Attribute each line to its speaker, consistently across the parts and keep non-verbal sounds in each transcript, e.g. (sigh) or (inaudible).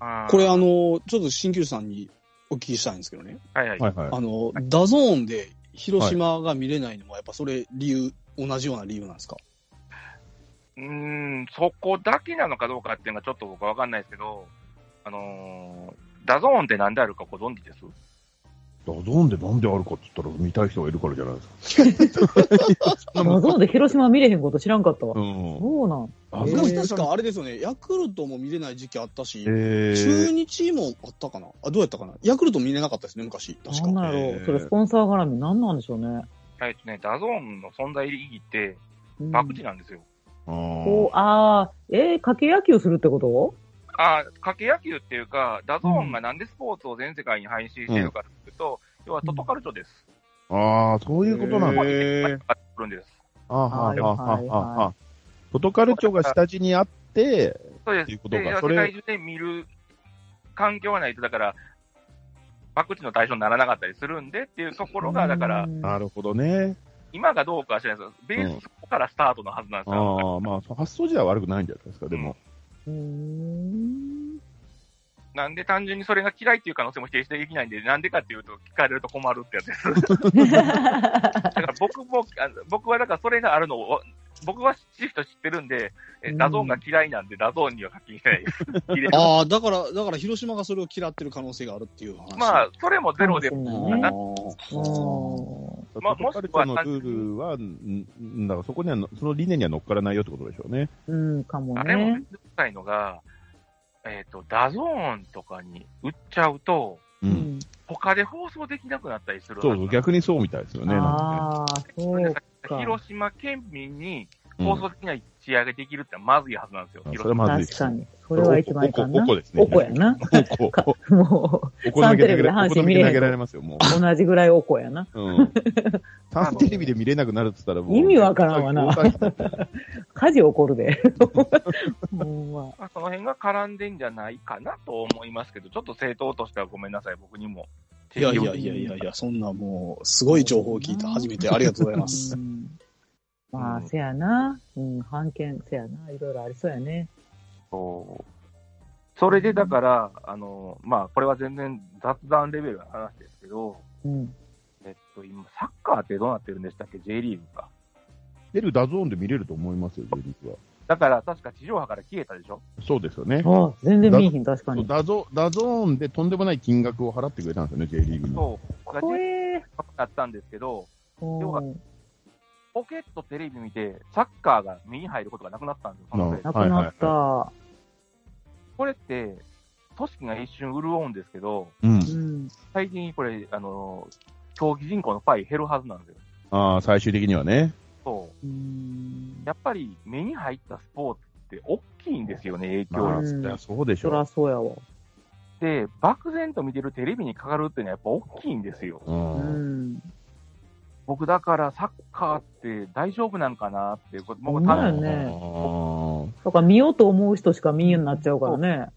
Speaker 1: あー
Speaker 2: これ、あの、ちょっと新旧さんにお聞きしたいんですけどね。
Speaker 1: はいはい。
Speaker 3: はいはい。
Speaker 2: あの、ダゾーンで広島が見れないのは、やっぱそれ理由、同じような理由なんですか
Speaker 1: うーん、そこだけなのかどうかっていうのがちょっと僕はわかんないですけど、あのーダゾーンって何であるかご存知です
Speaker 3: ダゾーンでなんであるかって言ったら見たい人がいるからじゃないですか。
Speaker 4: ダゾーンで広島見れへんこと知らんかったわ。
Speaker 3: ん。
Speaker 4: そうなん。
Speaker 3: あ
Speaker 4: え
Speaker 2: で
Speaker 4: ー
Speaker 2: も確かあれですよね、ヤクルトも見れない時期あったし、
Speaker 3: え
Speaker 2: 中
Speaker 3: ー、
Speaker 2: 日もあったかなあ、どうやったかなヤクルト見れなかったですね、昔。確
Speaker 4: なん
Speaker 2: か。
Speaker 4: なんやろ
Speaker 3: え
Speaker 4: う。
Speaker 3: ー
Speaker 4: それスポンサー絡みなんなんでしょうね。
Speaker 1: はいですね、ダゾーンの存在意義って、
Speaker 4: うん
Speaker 1: 博打なんですよ。
Speaker 3: あ
Speaker 4: こ
Speaker 3: ー
Speaker 4: う、あー、えー、掛け野球するってこと
Speaker 1: ああ、掛け野球っていうか、ダゾーンがなんでスポーツを全世界に配信してるかっていうと、要はトトカルチョです。
Speaker 3: あー、そういうことなんだ。
Speaker 2: へー
Speaker 1: はいあるんです。
Speaker 3: あーはーはーは
Speaker 4: はいはい
Speaker 3: ー
Speaker 4: はい
Speaker 3: はー。トトカルチョが下地にあって、
Speaker 1: そうで
Speaker 3: っていうこ
Speaker 1: す。
Speaker 3: とか
Speaker 1: で、世
Speaker 3: それ
Speaker 1: 界中で見る環境がないと、だから、博打の対象にならなかったりするんでっていうところが、だから、、
Speaker 3: なるほどね。
Speaker 1: 今がどうかは知らないですけどベースからスタートのはずなんですよ。
Speaker 3: ああ、まあ、そう発想自体は悪くないんじゃないですか、でも。
Speaker 4: うーん。
Speaker 1: なんで単純にそれが嫌いっていう可能性も否定してできないんで、なんでかっていうと、聞かれると困るってやつです。
Speaker 3: (laughs)
Speaker 1: だから僕も、あの僕はだからそれがあるのを、僕はシフト知ってるんで、え
Speaker 4: うん
Speaker 1: ダゾーンが嫌いなんで、ダゾーンには課金してないです。入れて
Speaker 2: ああ、だから、だから広島がそれを嫌ってる可能性があるっていう話。
Speaker 1: ま
Speaker 2: あ
Speaker 1: あ、それもゼロで、
Speaker 4: かもし
Speaker 1: ま
Speaker 4: れ
Speaker 2: ー、
Speaker 4: ないね
Speaker 1: あ
Speaker 4: う
Speaker 3: ト
Speaker 1: まあ
Speaker 3: トカルチョのルールは、んんだからそこにはの、その理念には乗っからないよってことでしょうね。
Speaker 4: ん、かも
Speaker 1: あれもめ
Speaker 4: ね
Speaker 1: ん。どくさいのが、えっ、と、ダゾーンとかに売っちゃうと、
Speaker 3: う。
Speaker 4: うんん。
Speaker 1: 他で放送できなくなったりするはず
Speaker 3: そ
Speaker 1: な
Speaker 3: う
Speaker 1: で
Speaker 3: んそう、
Speaker 1: す
Speaker 3: 逆にそうみたいですよね。なんかね
Speaker 4: ああ、そうか。
Speaker 1: 広島県民に
Speaker 3: うん
Speaker 1: 放送できない試合ができるってのはまずいはずなんですよ。
Speaker 3: あそれは
Speaker 1: 広
Speaker 3: まずい。
Speaker 4: 確かに。それは一番いかんな。
Speaker 3: おこですね。
Speaker 4: おこやな。
Speaker 3: おこ。
Speaker 4: も
Speaker 3: おこ投げられ、お
Speaker 4: サン
Speaker 3: こ
Speaker 4: テレビで阪神
Speaker 3: 投げ
Speaker 4: 見れへん
Speaker 3: 投げられますよ、も
Speaker 4: う、同じぐらいおこやな。
Speaker 3: う。うん。サンテレビで見れなくなるって言ったらもう。
Speaker 4: 意味わからんわな
Speaker 3: 大騒ぎ
Speaker 4: 火事起こ
Speaker 3: (laughs)
Speaker 4: るで。ほん
Speaker 1: 島
Speaker 4: ま
Speaker 1: まあ、その辺が絡んでんじゃないかなと思いますけど、ちょっと政党としてはごめんなさい、僕にも。
Speaker 2: いやいやいやいやいや、そんなもう、すごい情報を聞いた。初めてありがとうございます。
Speaker 4: うんま
Speaker 3: う
Speaker 4: あ、
Speaker 3: ん
Speaker 4: せやな。うん、判権、せやな。いろいろありそうやね。
Speaker 1: そうそれでだから、あの、まあ、これは全然雑談レベルの話ですけど、
Speaker 4: うん。
Speaker 1: えっと、今、サッカーってどうなってるんでしたっけ ?J リーグか。
Speaker 3: 出るダゾーンで見れると思いますよ、リーグは。
Speaker 1: だから、確か地上波から消えたでしょ
Speaker 3: そうですよね。
Speaker 4: あ全然見えひん、確かに。
Speaker 3: ダゾダゾーンでとんでもない金額を払ってくれたんですよね、J リーグに。
Speaker 1: そう。だから
Speaker 4: 怖え。
Speaker 1: だったんですけど、要は
Speaker 4: うん
Speaker 1: ポケットテレビ見て、サッカーが目に入ることがなくなったんですよ、そのせいで
Speaker 4: なくなった。
Speaker 1: これって、組織が一瞬潤うんですけど、
Speaker 3: うん。
Speaker 4: うん。
Speaker 1: 最近これ、あの、競技人口のパイ減るはずなんですよ。
Speaker 3: ああ、最終的にはね。
Speaker 1: そうう。
Speaker 4: ん
Speaker 1: やっぱり目に入ったスポーツって大きいんですよね、影響
Speaker 3: ま
Speaker 1: 力
Speaker 3: あ、
Speaker 4: うん
Speaker 3: そりゃそうでし
Speaker 4: そ
Speaker 3: ょ
Speaker 4: らそうやわ。
Speaker 1: で、漠然と見てるテレビにかかるっていうのはやっぱ大きいんですよ。
Speaker 3: う。う。
Speaker 4: うんん。
Speaker 1: 僕だからサッカーって大丈夫なんかなっていうこと、
Speaker 4: ほ
Speaker 1: 僕
Speaker 4: んま
Speaker 1: 多
Speaker 4: や
Speaker 1: 分
Speaker 4: ね
Speaker 3: あ
Speaker 4: だから見ようと思う人しか見えんようになっちゃうからね。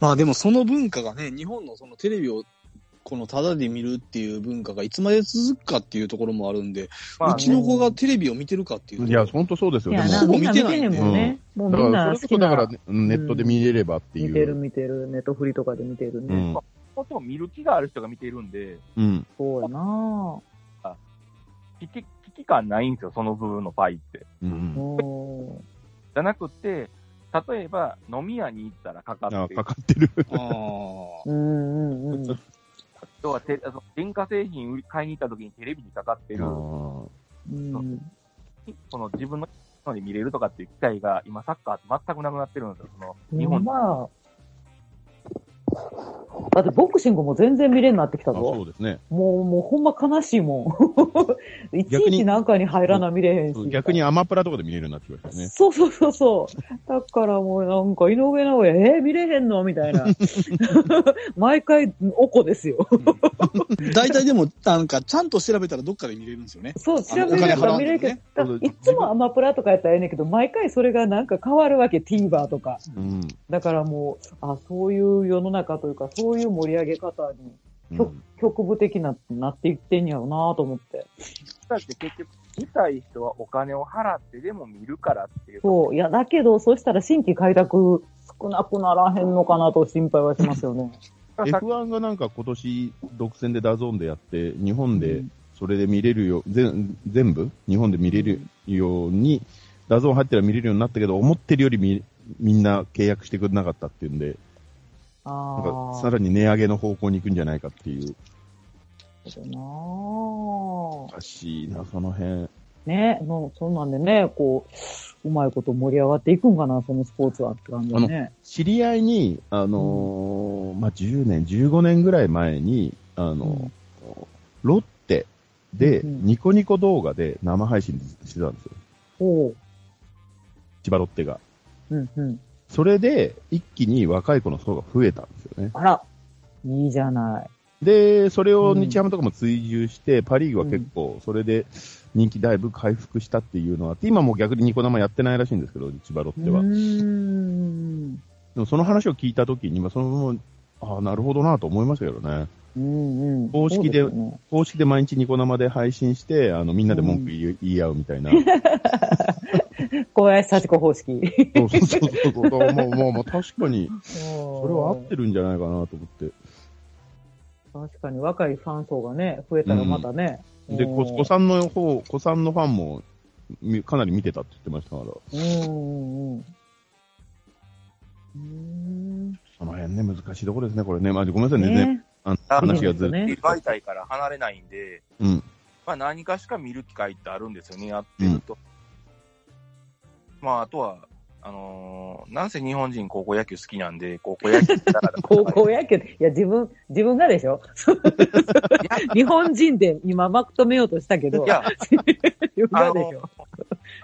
Speaker 2: まあでもその文化がね、日本のそのテレビをこのタダで見るっていう文化がいつまで続くかっていうところもあるんで、
Speaker 1: まあ
Speaker 2: うちの子がテレビを見てるかっていう
Speaker 3: ー
Speaker 2: と
Speaker 3: いや、本当そうです
Speaker 4: い
Speaker 3: よ。で
Speaker 4: やな、
Speaker 2: ほ
Speaker 3: も、
Speaker 2: ぼ
Speaker 4: みん
Speaker 2: 見
Speaker 4: な
Speaker 2: て
Speaker 4: 見
Speaker 2: な
Speaker 4: て
Speaker 2: い
Speaker 4: へんもんね。もう
Speaker 3: だ
Speaker 4: みん
Speaker 3: か
Speaker 4: な
Speaker 3: ら、
Speaker 4: 好
Speaker 3: それこそ
Speaker 4: き
Speaker 3: だから
Speaker 4: な。
Speaker 3: ね、ネットで見れればっていう。
Speaker 4: 見てる見てる。ネットフリとかで見てる
Speaker 3: う
Speaker 4: ね。
Speaker 3: ん。
Speaker 1: こっちも見る気がある人が見ているんで、
Speaker 3: うん。
Speaker 4: そうやな
Speaker 1: 危機危機感ないんですよ、その部分のパイって。
Speaker 3: う
Speaker 4: ぁ。
Speaker 3: ん。
Speaker 4: お
Speaker 1: じゃなくて、例えば飲み屋に行ったらかか
Speaker 3: あ
Speaker 1: っ
Speaker 3: あ
Speaker 1: て
Speaker 3: か、かってる。
Speaker 2: ああ
Speaker 4: ーうんうん
Speaker 3: (laughs)
Speaker 4: うん。
Speaker 1: 要はてあの電化製品売り買いに行った時にテレビにかかってる、
Speaker 4: うん
Speaker 1: その自分のので見れるとかっていう機会が今サッカーって全くなくなってるんですよ、その日本
Speaker 4: まあ、だってボクシングも全然見れんなってきた
Speaker 3: あ
Speaker 4: ぞ。
Speaker 3: そ
Speaker 4: も
Speaker 3: うですね。
Speaker 4: う、もうほんま悲しいも
Speaker 3: (laughs)
Speaker 4: ん。いち
Speaker 3: 逆
Speaker 4: い
Speaker 3: に
Speaker 4: ちなんかに入らな見れへんし。
Speaker 3: 逆にアマプラとかで見れるようになってきましたね。
Speaker 4: そうそうそうそう。だからもうなんか井上尚弥、えー見れへんのみたいな。 (laughs) 毎回、おこですよ。
Speaker 2: ー。 (laughs) 大体でも、なんかちゃんと調べたらどっかで見れるんですよね。
Speaker 4: そう、調
Speaker 2: あの
Speaker 4: べれば
Speaker 2: お金払うんだ
Speaker 4: 見れ
Speaker 2: よ
Speaker 4: るけ
Speaker 2: ね
Speaker 4: ど、だいつもアマプラとかやったらええねんけど、毎回それがなんか変わるわけ、TVer とか。
Speaker 3: うん。
Speaker 4: だからもう、あ、そういう世の中というか、そういう盛り上げ方に
Speaker 3: うん
Speaker 4: 局部的な、なっていってんやろうなと思って。
Speaker 1: だって結局、見たい人はお金を払ってでも見るからっていう。
Speaker 4: そう。いや、だけど、そうしたら新規開拓少なくならへんのかなと心配はします
Speaker 3: (laughs)
Speaker 4: よね。
Speaker 1: さっき
Speaker 3: F1 がなんか今年独占でダゾーンでやって、日本でそれで見れるよ、全全部日本で見れるように、ダゾーン入ったら見れるようになったけど、思ってるよりみみんな契約してくれなかったっていうんで、
Speaker 4: あ
Speaker 3: なんかさ
Speaker 4: あ。
Speaker 3: らに値上げの方向に行くんじゃないかっていう。
Speaker 4: そうだな
Speaker 3: おかしいな、その辺。
Speaker 4: ね、もうそんなんでね、こう、うまいこと盛り上がっていくんかな、そのスポーツはって感じだね。
Speaker 3: 知り合いに、あのーまあ、10年、15年ぐらい前に、あのーロッテで、
Speaker 4: うん
Speaker 3: ニコニコ動画で生配信してたんですよ。
Speaker 4: おう。
Speaker 3: 千葉ロッテが。
Speaker 4: うんうん。
Speaker 3: それで、一気に若い子の層が増えたんですよね。
Speaker 4: あら、いいじゃない。
Speaker 3: で、それを
Speaker 4: うん
Speaker 3: 日ハムとかも追従して、パリーグは結構、それで人気だいぶ回復したっていうのはあって、今もう逆にニコ生やってないらしいんですけど、千葉ロッテは。
Speaker 4: うーん。
Speaker 3: でもその話を聞いたときに、まあ、そのああ、なるほどなと思いましたけどね。
Speaker 4: うんうん。
Speaker 3: 公式で
Speaker 4: そうすね
Speaker 3: 公式で毎日ニコ生で配信して、あの、みんなで文句言い,、言い合うみたいな。
Speaker 4: 小林幸子方式。
Speaker 3: そうそうそうそう。もう、もう、もう確かに、
Speaker 4: そ
Speaker 3: (laughs) それは合ってるんじゃないかなと思って。
Speaker 4: 確かに若いファン層がね、増えたらまたね。
Speaker 3: で、
Speaker 4: うん
Speaker 3: こ子さんの方、子さんのファンも、みかなり見てたって言ってましたから、
Speaker 4: うんうんうん。うーん
Speaker 3: その辺ね、難しいところですね、これね。まあ、ごめんなさいね、ね
Speaker 4: ね
Speaker 3: あの話がずれて、
Speaker 4: ね
Speaker 1: 媒体から離れないんで、
Speaker 3: うん。
Speaker 1: まあ、何かしか見る機会ってあるんですよね、やってると。まあ、あとは、あのーなんせ日本人高校野球好きなんで、高校野球だから
Speaker 4: (laughs) 高校野球、いや、自分、自分がでしょ日本人で今まとめようとしたけど、
Speaker 1: いや、
Speaker 4: 自分
Speaker 1: あ
Speaker 4: が
Speaker 1: の
Speaker 4: でしょ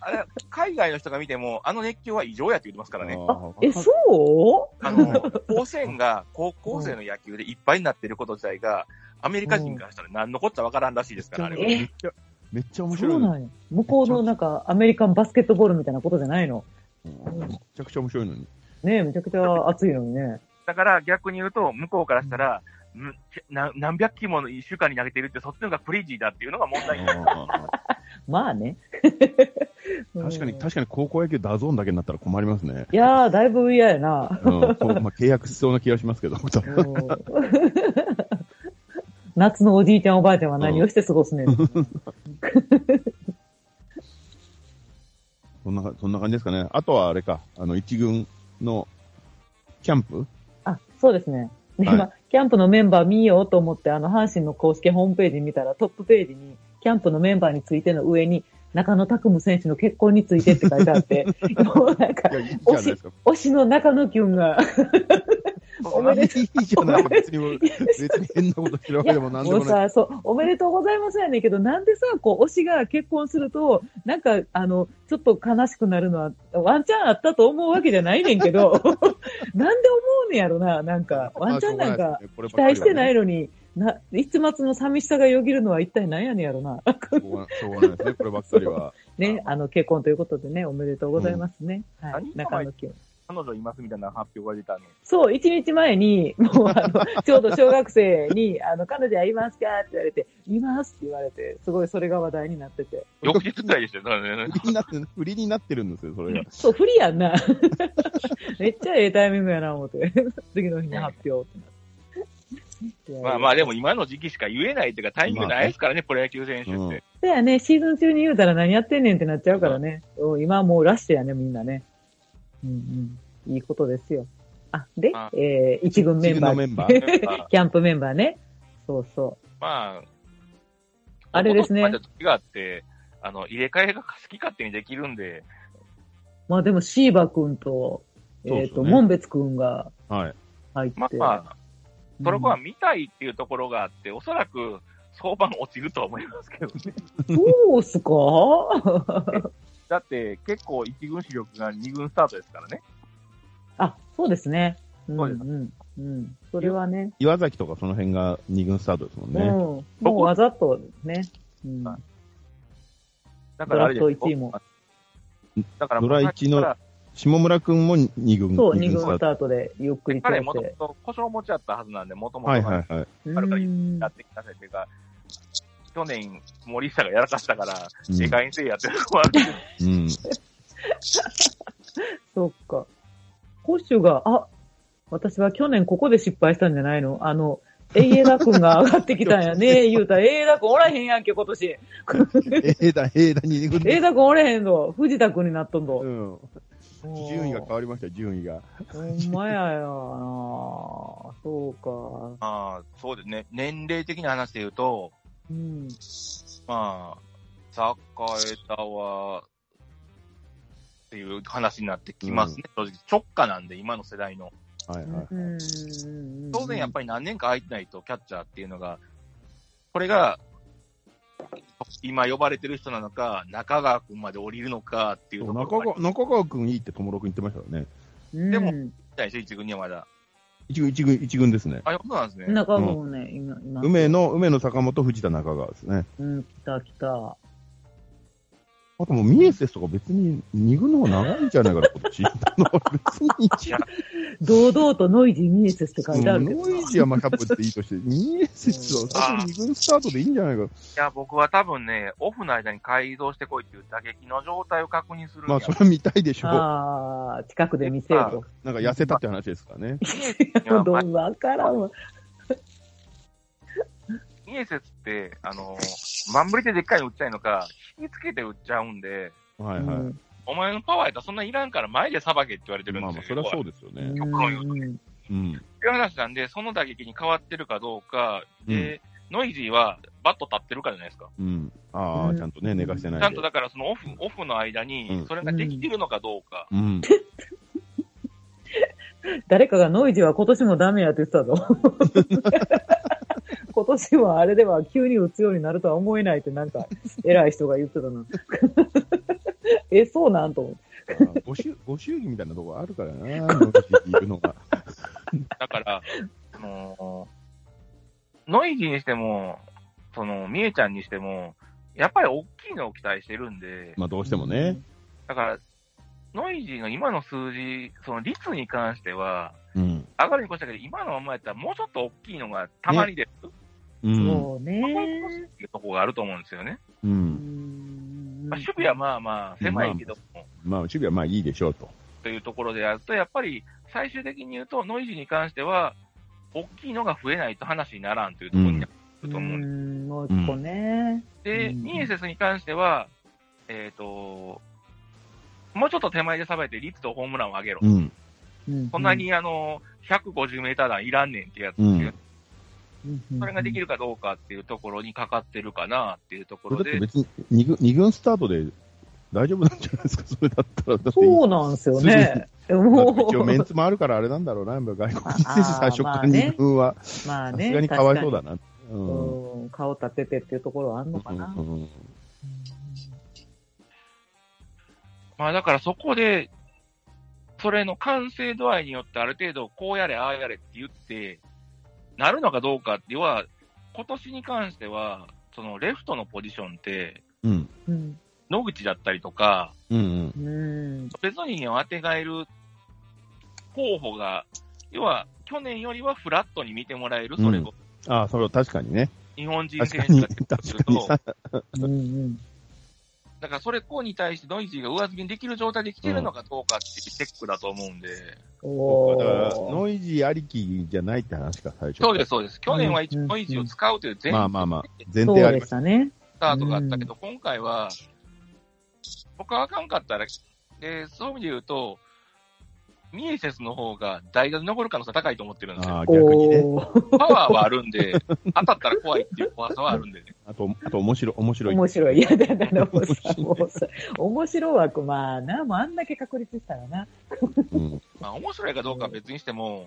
Speaker 1: あれ海外の人が見ても、あの熱狂は異常やって言ってますからね。
Speaker 3: あ
Speaker 4: え、そう
Speaker 1: あの、甲子園が高校生の野球でいっぱいになってること自体が、アメリカ人からしたら何のこっちゃわからんらしいですから、あれは。
Speaker 4: え
Speaker 3: めっちゃ、めっちゃ面
Speaker 4: そ
Speaker 3: 白
Speaker 4: う
Speaker 3: いの
Speaker 4: なんや。向こうのなんか、アメリカンバスケットボールみたいなことじゃないの。
Speaker 3: うんめちゃくちゃ面白いの (laughs) に。
Speaker 4: ねえ、めちゃくちゃ熱いのにね。
Speaker 1: だから逆に言うと、向こうからしたら、んな何百機もの1週間に投げてるって、そっちの方がクレイジーだっていうのが問題。
Speaker 4: まあね。
Speaker 3: 確かに、
Speaker 4: うん
Speaker 3: 確かに高校野球ダゾーンだけになったら困りますね。
Speaker 4: いやー、だいぶ嫌やな。
Speaker 3: うん、そうまあ、契約しそうな気がしますけど、 (laughs)
Speaker 4: 夏のおじいちゃんおばあちゃんは何をして過ごすねん。
Speaker 3: (laughs) そんな、そんな感じですかね。あとはあれか、あの、一軍のキャンプ
Speaker 4: あ、そうですね。で、
Speaker 3: はい
Speaker 4: 今、キャンプのメンバー見ようと思って、あの、阪神の公式ホームページ見たら、トップページに、キャンプのメンバーについての上に、中野拓夢選手の結婚についてって書いてあ
Speaker 3: (laughs)
Speaker 4: って、もうなんか
Speaker 3: い、や、いいじゃないですか。
Speaker 4: 推しの中野キュンが、おめで
Speaker 3: いいじゃないですか。別に、別に変なことしてるわけでもなんで
Speaker 4: も
Speaker 3: も
Speaker 4: う
Speaker 3: ない。
Speaker 4: さ、そう、おめでとうございますやねんけど、なんでさ、こう、推しが結婚すると、なんか、あの、ちょっと悲しくなるのは、ワンチャンあったと思うわけじゃないねんけど、 (laughs) なんで思うねんやろな、なんか、ワンチャンなんか、期待してない
Speaker 3: の。
Speaker 4: のに、な、一末の寂しさがよぎるのは一体何やねんやろな。 (laughs)
Speaker 3: しょうがしょうがないですね、こればっかりは。
Speaker 4: ね、あの、結婚ということでね、おめでとうございますね。はい
Speaker 1: 何。
Speaker 4: 中野君。
Speaker 1: 彼女いますみたいな発表が出たね。
Speaker 4: そう、一日前に、もう、あの、ちょうど小学生に、あの、彼女はいますかって言われて、いますって言われて、すごいそれが話題になってて。
Speaker 1: 翌日くらいでしたよ、だからね
Speaker 3: 売りになって、売りになってるんですよ、それが。
Speaker 4: そう、不利やんな。めっちゃええタイミングやな、思って。次の日に発表ってなって。
Speaker 1: (laughs) まあまあ、で
Speaker 4: も。
Speaker 1: も今の時期しか言えないっていうか、タイミングないですからね、プロ野球選手って。
Speaker 3: うん
Speaker 4: そうやね、シーズン中に言うたら何やってんねんってなっちゃうからね。うん今はもうラッシュやね、みんなね。うんうん。いいことですよ。あ、で
Speaker 1: あ、
Speaker 4: えー、一軍メンバ
Speaker 3: 一軍のメ
Speaker 4: ー。
Speaker 3: ンバー。
Speaker 1: まあ
Speaker 4: キャンプメンバーね。そうそう。
Speaker 1: まあ、
Speaker 4: あれですね
Speaker 1: また時があって、あの、入れ替えが好き勝手にできるんで、
Speaker 4: まあでも、シーバくんと、えっ、
Speaker 3: そうそう
Speaker 4: と、
Speaker 3: ね
Speaker 4: 門別くんが
Speaker 3: はい。
Speaker 4: 入って。
Speaker 1: まあまあ、
Speaker 4: うん
Speaker 1: その子は見たいっていうところがあって、おそらく相場落ちるとは思いますけどね。
Speaker 4: そうっすか
Speaker 1: (laughs)
Speaker 4: (laughs)
Speaker 1: だって、結構一軍主力が二軍スタートですからね。
Speaker 4: あ、そうですね。うん
Speaker 1: そう
Speaker 4: う
Speaker 1: で
Speaker 4: ん。うん。それはね。
Speaker 3: 岩崎とかその辺が二軍スタートですもん
Speaker 4: うん。
Speaker 3: ね。
Speaker 4: もうわざとね。うん。
Speaker 1: はいだからあれですよ
Speaker 4: ドラフト1位も。
Speaker 1: だから、
Speaker 3: ドラ1の下村くんも二軍、
Speaker 4: そう、
Speaker 3: 二
Speaker 4: 二
Speaker 3: 軍
Speaker 4: 軍
Speaker 3: スタート。
Speaker 4: スタートでゆっくり
Speaker 1: 彼
Speaker 4: 調
Speaker 1: もとも
Speaker 4: 整。
Speaker 1: と故障持ちやったはずなんで、もともと
Speaker 3: はいはいはい。
Speaker 4: う
Speaker 1: 彼も
Speaker 4: ん
Speaker 1: やってきたせいっていうか、去年森下がやらかしたから、
Speaker 3: うん
Speaker 1: 世界にせいやってるのもあるけど
Speaker 3: うん。
Speaker 4: そっか。コッシュが、あ、私は去年ここで失敗したんじゃないのあの、エイエラ君が上がってきたん
Speaker 1: (laughs)
Speaker 4: やね、言うたら、エイエラ君おらへんやんけ、今年。
Speaker 3: ええだ、ええだ、に軍
Speaker 4: エイエラ君おれへんぞ。藤田君になっとんぞ
Speaker 3: う。ん。順位が変わりました、順位が。
Speaker 4: ほんまやよなそうか。
Speaker 1: ま (laughs) あ、そうですね。年齢的な話で言うと、
Speaker 4: うん。
Speaker 1: まあ、栄田は、っていう話になってきますね。正直、直下なんで、今の世代の。
Speaker 3: はいはい。
Speaker 1: 当然やっぱり何年か空いてないとキャッチャーっていうのが、これが、今呼ばれてる人なのか、中川君まで降りるのかっていうところ
Speaker 3: 中川中川君いいって友郎君言ってましたよね。
Speaker 4: り
Speaker 1: でも
Speaker 4: うん、
Speaker 1: 対して一軍にはまだ。
Speaker 3: 一軍、一軍、一軍ですね。
Speaker 1: あ、そうなんですね。
Speaker 4: 中川もね、今、今。
Speaker 3: 梅の、梅の坂本、藤田中川ですね。
Speaker 4: うん、来た来た。
Speaker 3: あともうミエセスとか別に二軍の方長いんじゃないかな、今年。別に一軍
Speaker 4: 堂々とノイジーミエセスって書いてあるけど
Speaker 3: ノ。イジーはまあ100歩っていい
Speaker 4: (laughs)
Speaker 3: として、ミエセスは最初二軍スタートでいいんじゃないか。
Speaker 1: いや、僕は多分ね、オフの間に改造してこいっていう打撃の状態を確認するん
Speaker 3: ま
Speaker 1: や
Speaker 3: あ、それは見たいでしょう。
Speaker 4: ああ、近くで見せよ
Speaker 3: なんか痩せたって話ですからね。
Speaker 4: うと。どんわからんわ。
Speaker 1: ミエセスって、あの、マンブリででっかいの打っちゃいのか、引きつけて打っちゃうんで、
Speaker 3: はい
Speaker 4: う
Speaker 3: はい。
Speaker 4: ん
Speaker 1: お前のパワーやったらそんないらんから前でさばけって言われてるん
Speaker 3: まあ
Speaker 1: で
Speaker 3: ますあ、
Speaker 1: よ。
Speaker 3: それはそうですよね。
Speaker 4: うん
Speaker 3: う
Speaker 1: っ
Speaker 3: ん。
Speaker 1: ていう話なんで、その打撃に変わってるかどうか、で、ノイジーはバット立ってるかじゃないですか。
Speaker 3: うん。あ
Speaker 4: う
Speaker 3: あ、
Speaker 4: ん
Speaker 3: ちゃんとね、寝かしてな
Speaker 1: ち
Speaker 3: いで。
Speaker 1: ゃんとだから、そのオフ、オフの間に
Speaker 3: うん、
Speaker 1: それができてるのかどうか。
Speaker 4: (laughs)
Speaker 3: うん。
Speaker 4: 誰かがノイジーは今年もダメやって言ってたぞ。今年はあれでは急に打つようになるとは思えないってなんか偉い人が言ってたな。え、そうなんと思って。
Speaker 3: あご祝ご祝儀みたいなとこあるからな、ノイジーいるのが。
Speaker 1: だから、あのーノイジーにしても、その、ミエちゃんにしても、やっぱり大きいのを期待してるんで、
Speaker 3: まあ、どうしてもね。
Speaker 1: だから、ノイジーの今の数字、その率に関しては、
Speaker 3: うん。
Speaker 1: 上がるに越したけど、今のままやったらもうちょっと大きいのがたまに出る、
Speaker 3: うん。
Speaker 4: そう
Speaker 1: た
Speaker 4: ね
Speaker 1: まに越すっていうところがあると思うんですよね。
Speaker 3: う。
Speaker 4: うんん
Speaker 1: まあ、守備はまあまあ狭いけども、
Speaker 3: まあ、守備はまあいいでしょうと。
Speaker 1: というところでやると、やっぱり最終的に言うと、ノイジーに関しては、大きいのが増えないと話にならんというところになると思う
Speaker 4: うんんもう一個ね。
Speaker 1: で、
Speaker 4: うん
Speaker 1: ニエセスに関しては、えっ、と、もうちょっと手前でさばいて、率とホームランを上げろ。
Speaker 3: うん。
Speaker 1: そんなに、あの、150メーター弾いらんねんってやつ、
Speaker 3: うん
Speaker 4: うん、
Speaker 1: それができ
Speaker 4: る。
Speaker 1: るかどうかっていうところにかかってるかなっていうとこ
Speaker 3: それ
Speaker 1: ろ
Speaker 3: だって
Speaker 1: で、
Speaker 3: 別に二軍二軍スタートで大丈夫なんじゃないですか、それだったら。だって
Speaker 4: そうなんですよね。
Speaker 3: まあ
Speaker 4: も
Speaker 3: 一応メン
Speaker 4: う、
Speaker 3: ツもあるからあれなんだろうな、やっぱ外国人選手最初か
Speaker 4: あ
Speaker 3: ら
Speaker 4: ーまあね
Speaker 3: 2軍は、
Speaker 4: (laughs) まあ
Speaker 3: さ
Speaker 4: ね、
Speaker 3: すがにかわいそう
Speaker 4: だ。
Speaker 3: だな。うん。
Speaker 4: うん、顔立ててっていうところはあんのかな。
Speaker 3: うんうん
Speaker 1: まあだからそこで、それの完成度合いによってある程度、こうやれ、ああやれって言って、なるのかどうかっていうのは、今年に関しては、そのレフトのポジションって、
Speaker 3: うん。
Speaker 4: うん。
Speaker 1: 野口だったりとか、
Speaker 3: うんうん。
Speaker 4: うん。
Speaker 1: 別に当てがえる候補が、要は去年よりはフラットに見てもらえる、それを
Speaker 3: ああ、それは確かにね。
Speaker 1: 日本人
Speaker 3: 確
Speaker 1: 選
Speaker 3: か
Speaker 1: 手
Speaker 3: に、
Speaker 1: が出
Speaker 3: 確
Speaker 1: て
Speaker 3: か
Speaker 1: くる
Speaker 3: に
Speaker 1: と、
Speaker 3: さ。
Speaker 4: うんうん。
Speaker 1: だからそれこうに対してノイジーが上積みできる状態で来てるのかどうかっていうチェックだと思うんで、
Speaker 3: そ
Speaker 4: お
Speaker 3: うかだから、
Speaker 4: ー。
Speaker 3: ノイジーありきじゃないって話か、最初。
Speaker 1: そうです、。そうです。去年は一
Speaker 4: うんうんうん
Speaker 1: ノイジーを使うという前
Speaker 3: まあまあまあ、前
Speaker 4: そう
Speaker 3: 提あり
Speaker 4: で
Speaker 3: ま
Speaker 4: し
Speaker 3: す。
Speaker 4: たね。
Speaker 1: スタートがあったけど、今回は、僕はあかんかったら、で、そういう意味で言うと、ミエセスの方が代打で残る可能性が高いと思ってるんです
Speaker 3: あ
Speaker 1: よ。
Speaker 3: あ、逆にね。
Speaker 4: おー。
Speaker 1: パワーはあるんで、当たったら怖いっていう怖さはあるんでね。
Speaker 3: あと、あと、面白い、面白い。
Speaker 4: 面白い。いや、だからもう
Speaker 3: 面白
Speaker 4: さ、
Speaker 3: い
Speaker 4: もうさ、面白枠、まあな、もうあんだけ確立したらな。
Speaker 3: うん。
Speaker 1: まあ、面白いかどうかは別にして
Speaker 3: (laughs)
Speaker 1: も、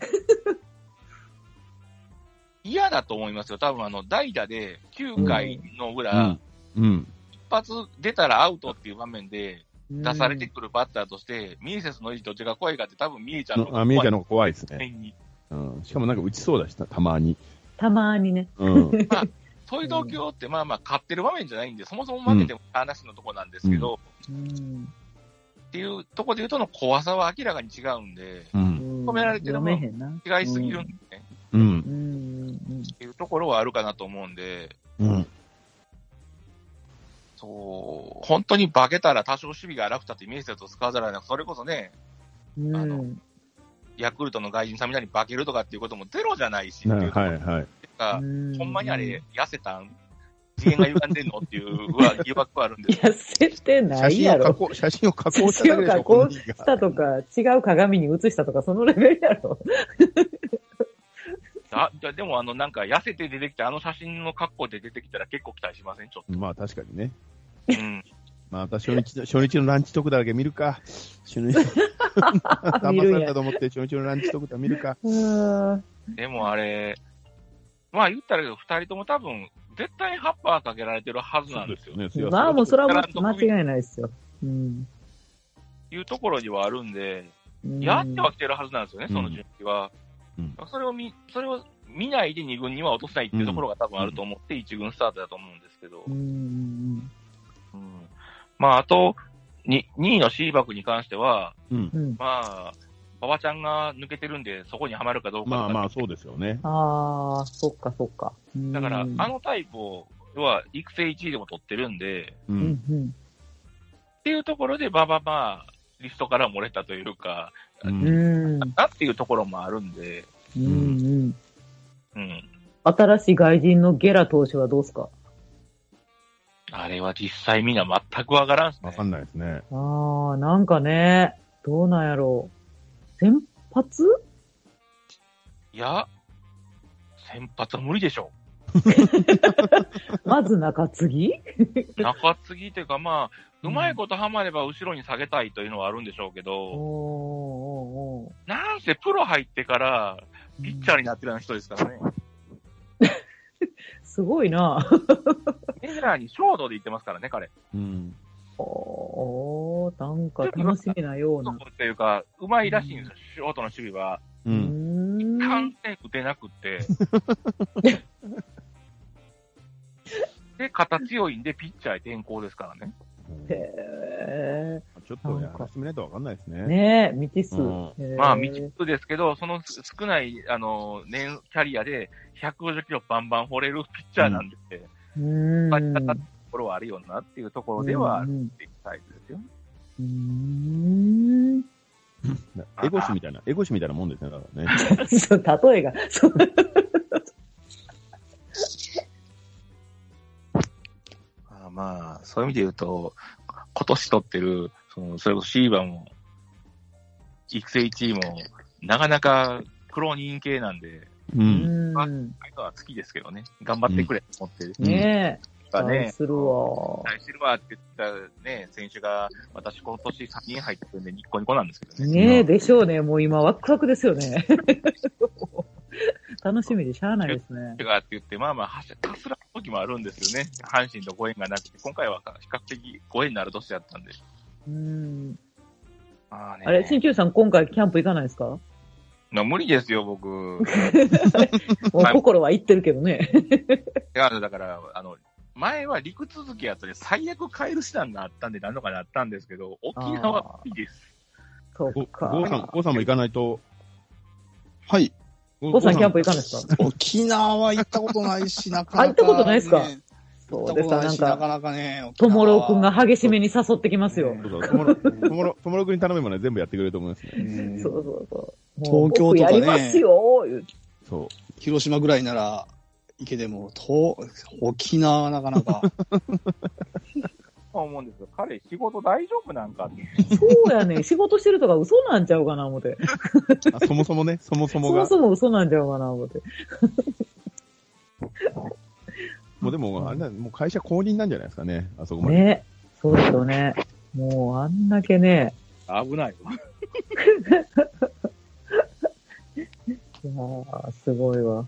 Speaker 1: 嫌だと思いますよ。多分あの、代打で9回の
Speaker 3: う
Speaker 1: 裏、
Speaker 3: ん。うん。
Speaker 1: 一発出たらアウトっていう場面で出されて
Speaker 4: うん
Speaker 1: くるバッターとして、ミエセスの意地どっちが怖いかって多分ミエちゃんの方
Speaker 3: の
Speaker 1: が
Speaker 3: あ、ミエち
Speaker 1: 怖い
Speaker 3: ゃんの方が怖いですね。
Speaker 1: 点に
Speaker 3: うん。しかもなんか打ちそうだしな、たまに。
Speaker 4: たまにね。
Speaker 3: うん。
Speaker 1: そういう東京ってまあまあ勝ってる場面じゃないんで、そもそも負けても話のとこなんですけど、
Speaker 4: うん。
Speaker 1: っていうとこで言うとの怖さは明らかに違うんで、
Speaker 3: う。
Speaker 4: うんん
Speaker 1: 褒められてる
Speaker 4: 読
Speaker 1: 分
Speaker 4: めへんな。
Speaker 1: 違いすぎるんでね、っ
Speaker 3: うん
Speaker 4: う。ん。うん。
Speaker 1: ていうところはあるかなと思うんで、
Speaker 3: うん。
Speaker 1: そう、本当に化けたら多少守備が荒くたってミエセスを使わざるを得なく、それこそね、
Speaker 4: うん。
Speaker 1: あ
Speaker 4: う
Speaker 1: の
Speaker 4: ん。
Speaker 1: ヤクルトの外人さんみたいに化けるとかっていうこともゼロじゃないし、
Speaker 3: な
Speaker 1: っていうとこ
Speaker 3: は
Speaker 1: ろ
Speaker 3: いはい。
Speaker 1: がほんまにあ
Speaker 4: い
Speaker 1: れ、痩せたん次元が歪んでんのっていううわ疑惑はあるん
Speaker 4: (laughs)
Speaker 1: です
Speaker 4: や、せてな
Speaker 3: 写
Speaker 4: い
Speaker 3: 真
Speaker 4: や
Speaker 3: を加
Speaker 4: ろ。
Speaker 3: 工、写真を加工しただけでし
Speaker 4: 写真
Speaker 3: ょ、
Speaker 4: を加工
Speaker 3: 本人
Speaker 4: し
Speaker 3: が。
Speaker 4: たとか、違う鏡に映したとか、そのレベルやろ。
Speaker 1: あじゃあでもあの、なんか痩せて出てきたあの写真の格好で出てきたら結構期待しませんちょっ
Speaker 3: まあ確かにね。
Speaker 1: と。うん。
Speaker 3: まあ私初日の、初日のランチトークだけ見るか。初 (laughs) 日騙さ
Speaker 4: 見るんや
Speaker 3: れたと思って、初日のランチトークだけ見るか。
Speaker 4: うーん。
Speaker 1: でもあれ、まあ言ったらけど、二人とも多分、絶対にハッパーかけられてるはずなんですよ。
Speaker 3: ね
Speaker 4: まあもうそれはもう間違いないですよ。うん。
Speaker 1: いうところにはあるんで、
Speaker 4: うん
Speaker 1: やってはきてるはずなんですよね、その準備は。
Speaker 3: うん
Speaker 1: それを見、それを見ないで二軍には落とせないっていうところが多分あると思って、一軍スタートだと思うんですけど。
Speaker 4: うん。
Speaker 1: うんまあ、あと、に2位のシーバックに関しては、
Speaker 3: うん。
Speaker 4: うん。
Speaker 1: まあ、馬場ちゃんが抜けてるんで、そこにはまるかどうか。
Speaker 3: まあまあそううですよね。
Speaker 4: ああ、そっかそっか。うん
Speaker 1: だから、あ
Speaker 4: うん
Speaker 1: のタイプを、は育成1位でも取ってるんで、
Speaker 3: う。
Speaker 4: うんんうん。
Speaker 1: っていうところで、まあまあまあ、リストから漏れたというか、
Speaker 3: う。
Speaker 4: うんん。
Speaker 1: なっていうところもあるんで、
Speaker 4: うんうん。
Speaker 1: うん。
Speaker 4: 新しい外人のゲラ投手はどうすか
Speaker 1: あれは実際みんな全くわからんっす
Speaker 3: わ
Speaker 1: ね
Speaker 3: か。んないですね。
Speaker 4: ああ、なんかね、どうなんやろう。先発
Speaker 1: いや、先発は無理でしょ
Speaker 4: まず中
Speaker 1: (laughs)
Speaker 4: 継ぎ
Speaker 1: う。中継ぎというか、まあ、うまいことはまれば後ろに下げたいというのはあるんでしょうけ
Speaker 4: お
Speaker 1: ど、
Speaker 4: ーおーお
Speaker 1: なんせプロ入ってから、
Speaker 4: ー
Speaker 1: ピッチャーになってるような人です
Speaker 3: (laughs)
Speaker 1: からね。
Speaker 4: すごいな。
Speaker 1: メジャーにショートで行ってますからね、彼。
Speaker 3: うん。
Speaker 4: おー、なんか楽しみなよう
Speaker 1: ショ
Speaker 4: な
Speaker 1: ー。トっていうか、うまいらしいんですよ、ショートの守備は。
Speaker 3: う。
Speaker 4: うんーん
Speaker 1: 完成打てなくて。
Speaker 4: (laughs)
Speaker 1: で、肩強いんで、ピッチャーへ転向ですからね。
Speaker 4: へえ。
Speaker 3: ちょっとね、話してみないとわかんないですね。
Speaker 4: ねえ、未知数。
Speaker 3: うん
Speaker 4: へー
Speaker 1: まあ、未知数ですけど、その少ない、あの、年、キャリアで、150キロバンバン掘れるピッチャーなんで、と
Speaker 4: うーん。
Speaker 1: 勝ち方ってころはあるよなっていうところではあ
Speaker 4: う
Speaker 1: る
Speaker 4: ん
Speaker 1: っていうタイプですよね。
Speaker 4: うーん。 (laughs)
Speaker 3: エゴシみたいな、エゴシみたいなもんですね、だからね。
Speaker 4: そう、例えが。そう
Speaker 1: まあまあ、そういう意味で言うと、今年取ってる、そのそれこそシーバも、育成チームも、なかなか苦労人系なんで、
Speaker 3: う。
Speaker 4: うんん。
Speaker 1: ああいうのは好きですけどね、頑張ってくれと思ってる。
Speaker 4: ねえ。
Speaker 1: だから
Speaker 4: 対
Speaker 1: ね、
Speaker 4: するわ。
Speaker 1: 期待してるわって言ったね、選手が、私今年3人入ってるんで、ニッコニコなんですけどね。
Speaker 4: ねえ、でしょうね。もう今、ワクワクですよね。楽しみでしゃあないですね
Speaker 1: 選手。がって言って、まあまあ、はしかすらの時もあるんですよね。阪神とご縁がなくて、今回は比較的ご縁のある年だったんで。
Speaker 4: うん。
Speaker 1: ああね、
Speaker 4: あれ、新旧さん、今回キャンプ行かないですかも
Speaker 1: な無理ですよ、僕。
Speaker 4: う心は行ってるけどね。
Speaker 1: いや、だから、あの、前は陸続きやったで、最悪帰る手段があったんで、なんとかなったんですけど、沖縄はいいです。
Speaker 4: そ
Speaker 3: ゴ
Speaker 4: う
Speaker 3: ーさん
Speaker 4: か、。
Speaker 3: ゴーさんも行かないと。
Speaker 2: はい。
Speaker 4: ゴーさん、キャン
Speaker 3: プ。
Speaker 4: プ行かないですか
Speaker 2: 沖縄は行ったことないし、なかなか、ね。
Speaker 4: あ行ったことないっすか
Speaker 2: 行
Speaker 4: そ
Speaker 2: った
Speaker 4: うで
Speaker 2: こ
Speaker 4: す
Speaker 2: と
Speaker 4: か、
Speaker 2: な
Speaker 4: ないん
Speaker 2: し、な
Speaker 4: か、
Speaker 2: かなかね。
Speaker 4: ともろくんが激しめに誘ってきますよ。
Speaker 3: そうそう、ともろ、ともろ、ともろくんに頼めばね、全部やってくれると思いますね。
Speaker 2: うん
Speaker 4: そうそうそう。もう
Speaker 2: 東京とかね
Speaker 4: 僕やりますよ言うて
Speaker 3: そう。
Speaker 2: 広島ぐらいなら行けても、と沖縄はなかな
Speaker 4: (laughs)
Speaker 2: か。
Speaker 1: そう思うんですよ。彼、仕事大丈夫なんかって。
Speaker 4: そうやね。仕事してるとか嘘なんちゃうかな、思って。
Speaker 3: あそもそもね、そもそも
Speaker 4: そも
Speaker 3: が。
Speaker 4: そも嘘なんちゃうかな、思って。
Speaker 3: もうでも、あれだ、もう会社公認なんじゃないですかね、あそこまで。
Speaker 4: ね。そうですよね。もう、あんだけね。
Speaker 1: 危ないわ。
Speaker 4: いやー、すごいわ。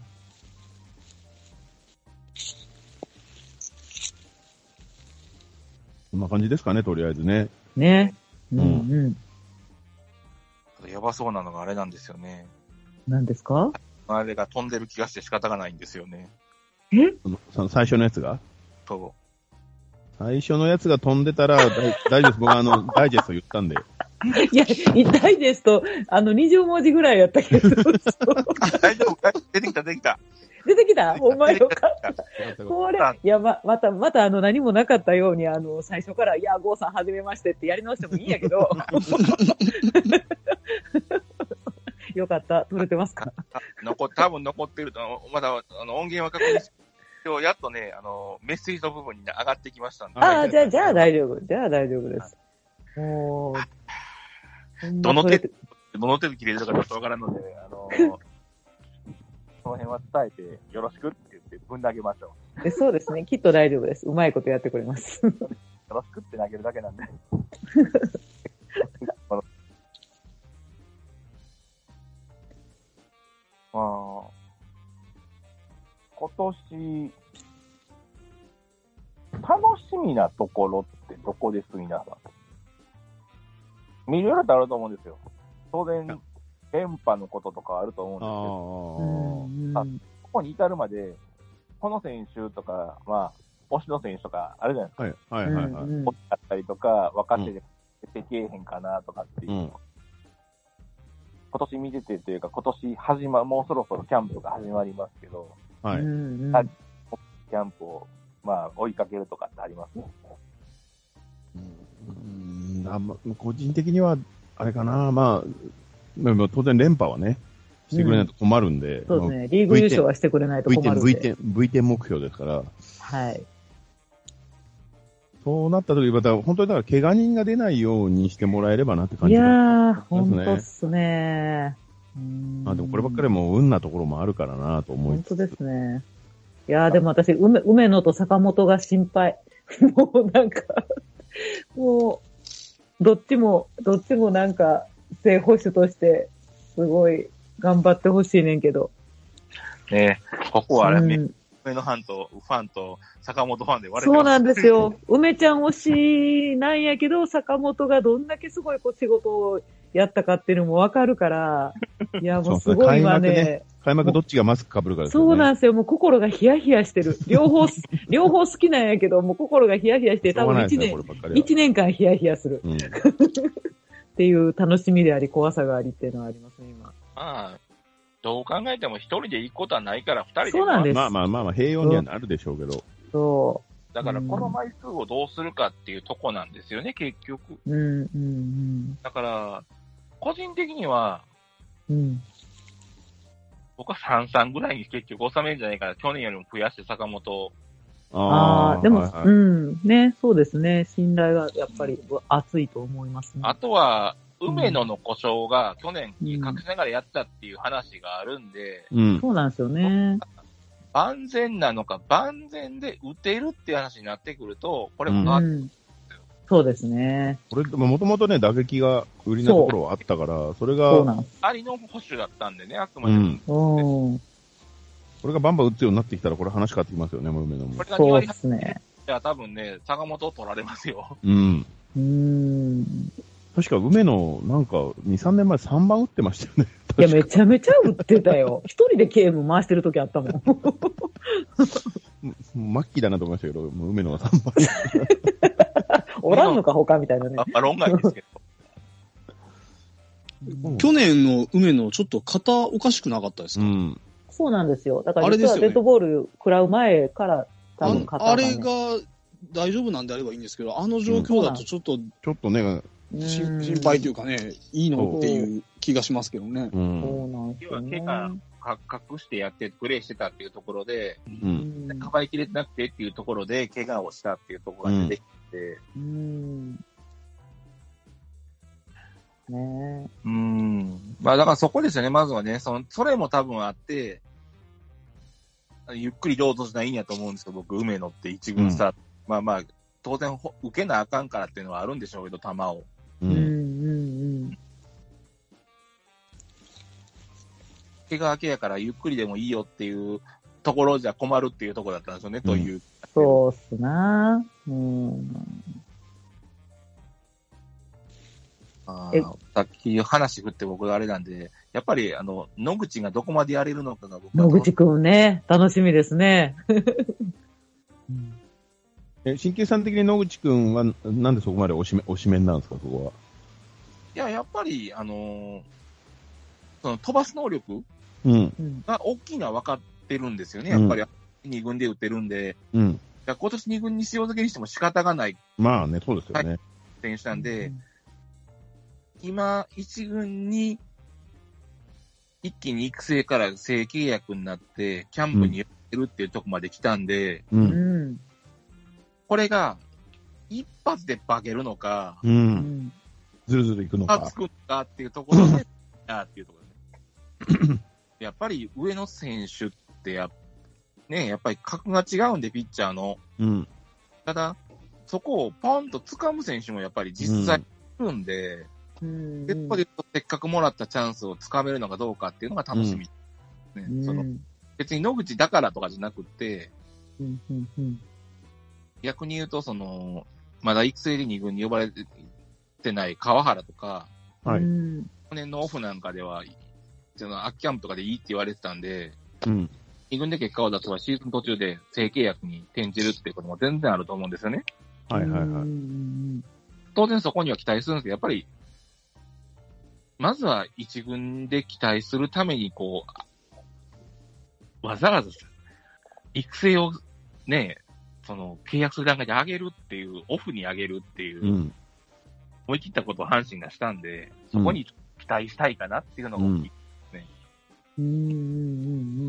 Speaker 3: そんな感じですかね、とりあえずね。
Speaker 4: ね。うんんうん。
Speaker 1: やばそうなのがあれなんですよね。
Speaker 4: 何ですか (laughs)
Speaker 1: あれが飛んでる気がして仕方がないんですよね。
Speaker 3: そのその最初のやつが。
Speaker 1: そ
Speaker 3: 最初のやつが飛んでたら、大大丈夫です。僕はあの、 (laughs) ダイジェスト言ったんで。
Speaker 4: いや、痛いですと、あの、20文字ぐらいやったけど、 (laughs) そう
Speaker 1: う。 (laughs) 大丈夫出てきた、出てきた。
Speaker 4: 出てきた (laughs) ほんまよかった。これ
Speaker 1: あ、
Speaker 4: いや、ま、また、また、あの、何もなかったように、あの、最初から、いや、ゴーさん、 (laughs) はじめましてってやり直してもいいんやけど、よかった。撮れてますか
Speaker 1: あ残多分残ってると、まだあの音源は確認して、今日やっとね、あのメッセージの部分に上がってきましたんで、
Speaker 4: ああ、じゃあ、じゃあ大丈夫。じゃあ大丈夫です。もう、
Speaker 1: どの
Speaker 4: 手
Speaker 1: 手どの手で切れるかちょっとわからんので、あのその辺は伝えてよろしくって言って、ぶん投げましょ
Speaker 4: でそうですね。きっと大丈夫です。うまいことやってくれ (laughs) ます。
Speaker 1: う。よろしくって投げるだけなんで。 (laughs) まあ、今年、楽しみなところってどこです、皆さん。見るよってあると思うんですよ。当然、連覇のこととかあると思うんですけど、
Speaker 3: あ
Speaker 1: あここに至るまで、この選手とか、まあ、推しの選手とか、あるじゃないです
Speaker 3: あ。はい、はい、はい、はい。
Speaker 1: か、推しだったりとか、若手で出てけえへんかなとかっていう、
Speaker 3: うん
Speaker 1: 今年見ててというか、今年始ま、もうそろそろキャンプが始まりますけど、
Speaker 3: はい。
Speaker 1: は
Speaker 4: はい
Speaker 1: キャンプを、まあ、追いかけるとかってありますね。
Speaker 3: うんあんま個人的には、あれかな、まあ、まあまあ当然連覇はね、してくれないと困るんで、
Speaker 4: そうですね。リーグ優勝はしてくれないと
Speaker 3: V
Speaker 4: 困
Speaker 3: 点、
Speaker 4: るん
Speaker 3: V
Speaker 4: で。
Speaker 3: 点、V 点目標ですから、
Speaker 4: はい。
Speaker 3: そうなった時また本当にだから怪我人が出ないようにしてもらえればなって感
Speaker 4: い
Speaker 3: じ
Speaker 4: や
Speaker 3: が
Speaker 4: ー、ほ
Speaker 3: 感じ
Speaker 4: ん
Speaker 3: が
Speaker 4: とっすね。うん
Speaker 3: まあでもこればっかりはもう運なところもあるからなと思い
Speaker 4: 本
Speaker 3: つ
Speaker 4: 当
Speaker 3: つ
Speaker 4: ですね。いやー、でも私、梅、梅野と坂本が心配。 (laughs) もうなんか、もう、どっちも、どっちもなんか、正捕手として、すごい、頑張ってほしいねんけど。
Speaker 1: ねここはあれ、
Speaker 4: うん
Speaker 1: め梅野ファンと、ファンと、坂本ファンで割れて。
Speaker 4: そうなんですすよ。梅ちゃん推しなんやけど、坂本がどんだけすごいこう仕事をやったかっていうのもわか
Speaker 3: (laughs)
Speaker 4: るから、いや、もう
Speaker 3: そうそ
Speaker 4: すごい今
Speaker 3: う開幕
Speaker 4: ね
Speaker 3: ね開幕どっちがマスク被るかですよね。
Speaker 4: そうなんですよ。もう心がヒヤヒヤしてる。
Speaker 3: (laughs)
Speaker 4: 両方す、両方好きなんやけど、もう心がヒヤヒヤして、
Speaker 3: しょ
Speaker 4: 多
Speaker 3: うが
Speaker 4: 分
Speaker 3: ないで
Speaker 4: 一
Speaker 3: すね、こ
Speaker 4: 年、
Speaker 3: ればっかりは。
Speaker 4: 一年間ヒヤヒヤする
Speaker 3: うん
Speaker 4: っていう楽しみであり、怖さがありっていうのはありますね、今。
Speaker 1: まあ、どう考えても一人で行くことはないから、二人で。
Speaker 4: そうなんです
Speaker 3: まあまあまあまあ、平穏にはなるでしょうけど。
Speaker 4: そ
Speaker 1: だから、この枚数をどうするかっていうとこなんですよね、結局。
Speaker 4: う。うん、うん、
Speaker 1: だから、個人的には、
Speaker 4: うん。うん。
Speaker 1: 僕は33ぐらいに結局収めるんじゃないかな。去年よりも増やして坂本を
Speaker 4: ああー、でも、、
Speaker 3: はいはいううん
Speaker 4: ね、そうですね。信頼がやっぱり熱いと思いますね。
Speaker 1: あとは、梅野の故障が去年隠しながらやったっていう話があるんで、
Speaker 3: ん。
Speaker 4: そうなんですよね。
Speaker 1: 万全なのか万全で打てるっていう話になってくると、これ
Speaker 3: う
Speaker 1: も
Speaker 3: ん
Speaker 1: 変わ
Speaker 4: う
Speaker 1: っ
Speaker 4: ん。そうですね。
Speaker 3: これ、もともとね、打撃が売りなところはあったから、それ
Speaker 4: そう
Speaker 3: が、
Speaker 4: なんです。
Speaker 1: ありの保守だったんでね、あくま
Speaker 3: う
Speaker 1: でも。
Speaker 3: ん。
Speaker 4: うん。
Speaker 3: これがバンバン打つようになってきたら、これ話変わってきますよね、もう梅野
Speaker 1: こ
Speaker 3: も。
Speaker 1: れが2
Speaker 4: そう
Speaker 1: 割
Speaker 4: で
Speaker 1: 入
Speaker 4: すね。
Speaker 1: ったら多分ね、坂本を取られますよ。
Speaker 3: うん。
Speaker 4: うん。
Speaker 3: 確か梅野、なんか、2、3年前3番打ってましたよね。
Speaker 4: いや、
Speaker 3: 確か
Speaker 4: めちゃめちゃ売って
Speaker 2: (laughs)
Speaker 4: たよ。一人でゲーム回してる時あったもん。
Speaker 3: もう末期だなと思いましたけど、もう梅野が3番。
Speaker 4: おらんのか、他みたいなね
Speaker 1: あ。 (laughs) まあ、論外ですけど。
Speaker 3: うん
Speaker 2: 去年の梅野、ちょっと肩おかしくなかったです
Speaker 3: う
Speaker 2: か、
Speaker 3: ん。
Speaker 4: そうなんですよ。だから
Speaker 2: あれで
Speaker 4: 実
Speaker 2: すよ
Speaker 4: は
Speaker 2: ね
Speaker 4: デッドボール食らう前から多分
Speaker 2: あ
Speaker 4: 勝った
Speaker 2: あれが大丈夫なんであればいいんですけど、あの状況だとちょっと
Speaker 3: ちょっとね、
Speaker 2: し心配といううかね、いいのっていう気がしますけどね。
Speaker 3: う
Speaker 4: ーん。
Speaker 3: ん。
Speaker 4: そうなんですよね
Speaker 1: 要。はか隠してやって、プレイしてたっていうところで、
Speaker 3: う。
Speaker 4: うんん
Speaker 1: かばいきれてなくてっていうところで、怪我をしたっていうところが出てきて、
Speaker 4: うん。ね
Speaker 1: うーん。まあ、だからそこですよね、まずはね。その、それも多分あって、ゆっくりどうぞしないんやと思うんですけど、僕、梅野って一軍スタート、まあまあ、当然ほ、受けなあかんからっていうのはあるんでしょうけど、球を。
Speaker 3: う
Speaker 4: え。うん
Speaker 3: ん。
Speaker 4: うん
Speaker 1: 怪我明けやから、ゆっくりでもいいよっていうところじゃ困るっていうところだったんですよね、という。
Speaker 4: そうっすなうん。
Speaker 1: あ
Speaker 4: え
Speaker 1: ーさっき話振って僕あれなんで、やっぱり、あの、野口がどこまでやれるのかが僕は
Speaker 4: 野口くんね、楽しみですね。うん
Speaker 3: え、新旧さん的に野口くんは、なんでそこまでおしめ、おしめんなんですか、そこは。
Speaker 1: いや、やっぱり、あのーその飛ばす能力
Speaker 3: うん。
Speaker 4: うん
Speaker 1: が大きいのは分かってるんですよね。やっぱり2軍で打ってるんで、
Speaker 3: うん。
Speaker 1: だから今年2軍に塩漬けにしても仕方がない
Speaker 3: まあね、そうですよね。
Speaker 1: 選手なんで、今1軍に一気に育成から正規契約になって、キャンプにやってるっていうとこまで来たんで、
Speaker 3: う。
Speaker 4: うんん。
Speaker 1: これが、一発で化けるのか、
Speaker 3: う。
Speaker 4: うんん。
Speaker 3: ずるずるいくの
Speaker 1: あ、
Speaker 3: か
Speaker 1: つ。くのかっていうところで、あっていうところで。やっぱり上野選手ってやっ、ね、やっぱり格が違うんで、ピッチャーの。
Speaker 3: うん。
Speaker 1: ただ、そこをポンと掴む選手もやっぱり実際いるんで、
Speaker 4: うん
Speaker 1: でここで言うとせっかくもらったチャンスを掴めるのかどうかっていうのが楽しみ。ね、その別に野口だからとかじゃなくて、
Speaker 4: うんうんうん
Speaker 1: 逆に言うと、その、まだ育成で2軍に呼ばれてない川原とか、
Speaker 3: はい
Speaker 4: うん
Speaker 1: 去年のオフなんかでは、その、秋キャンプとかでいいって言われてたんで、
Speaker 3: うん。
Speaker 1: 2軍で結果を出せばシーズン途中で正契約に転じるってことも全然あると思うんですよね。
Speaker 3: はいはいは
Speaker 4: う
Speaker 3: い。
Speaker 4: ん
Speaker 1: 当然そこには期待するんですけど、やっぱり、まずは1軍で期待するために、こう、わざわざ育成をね、その契約する段階で上げるっていう、オフに上げるっていう、
Speaker 3: うん。
Speaker 1: 思い切ったことを阪神がしたんで、そこに期待したいかなっていうのが大きい。
Speaker 4: うんうんうんう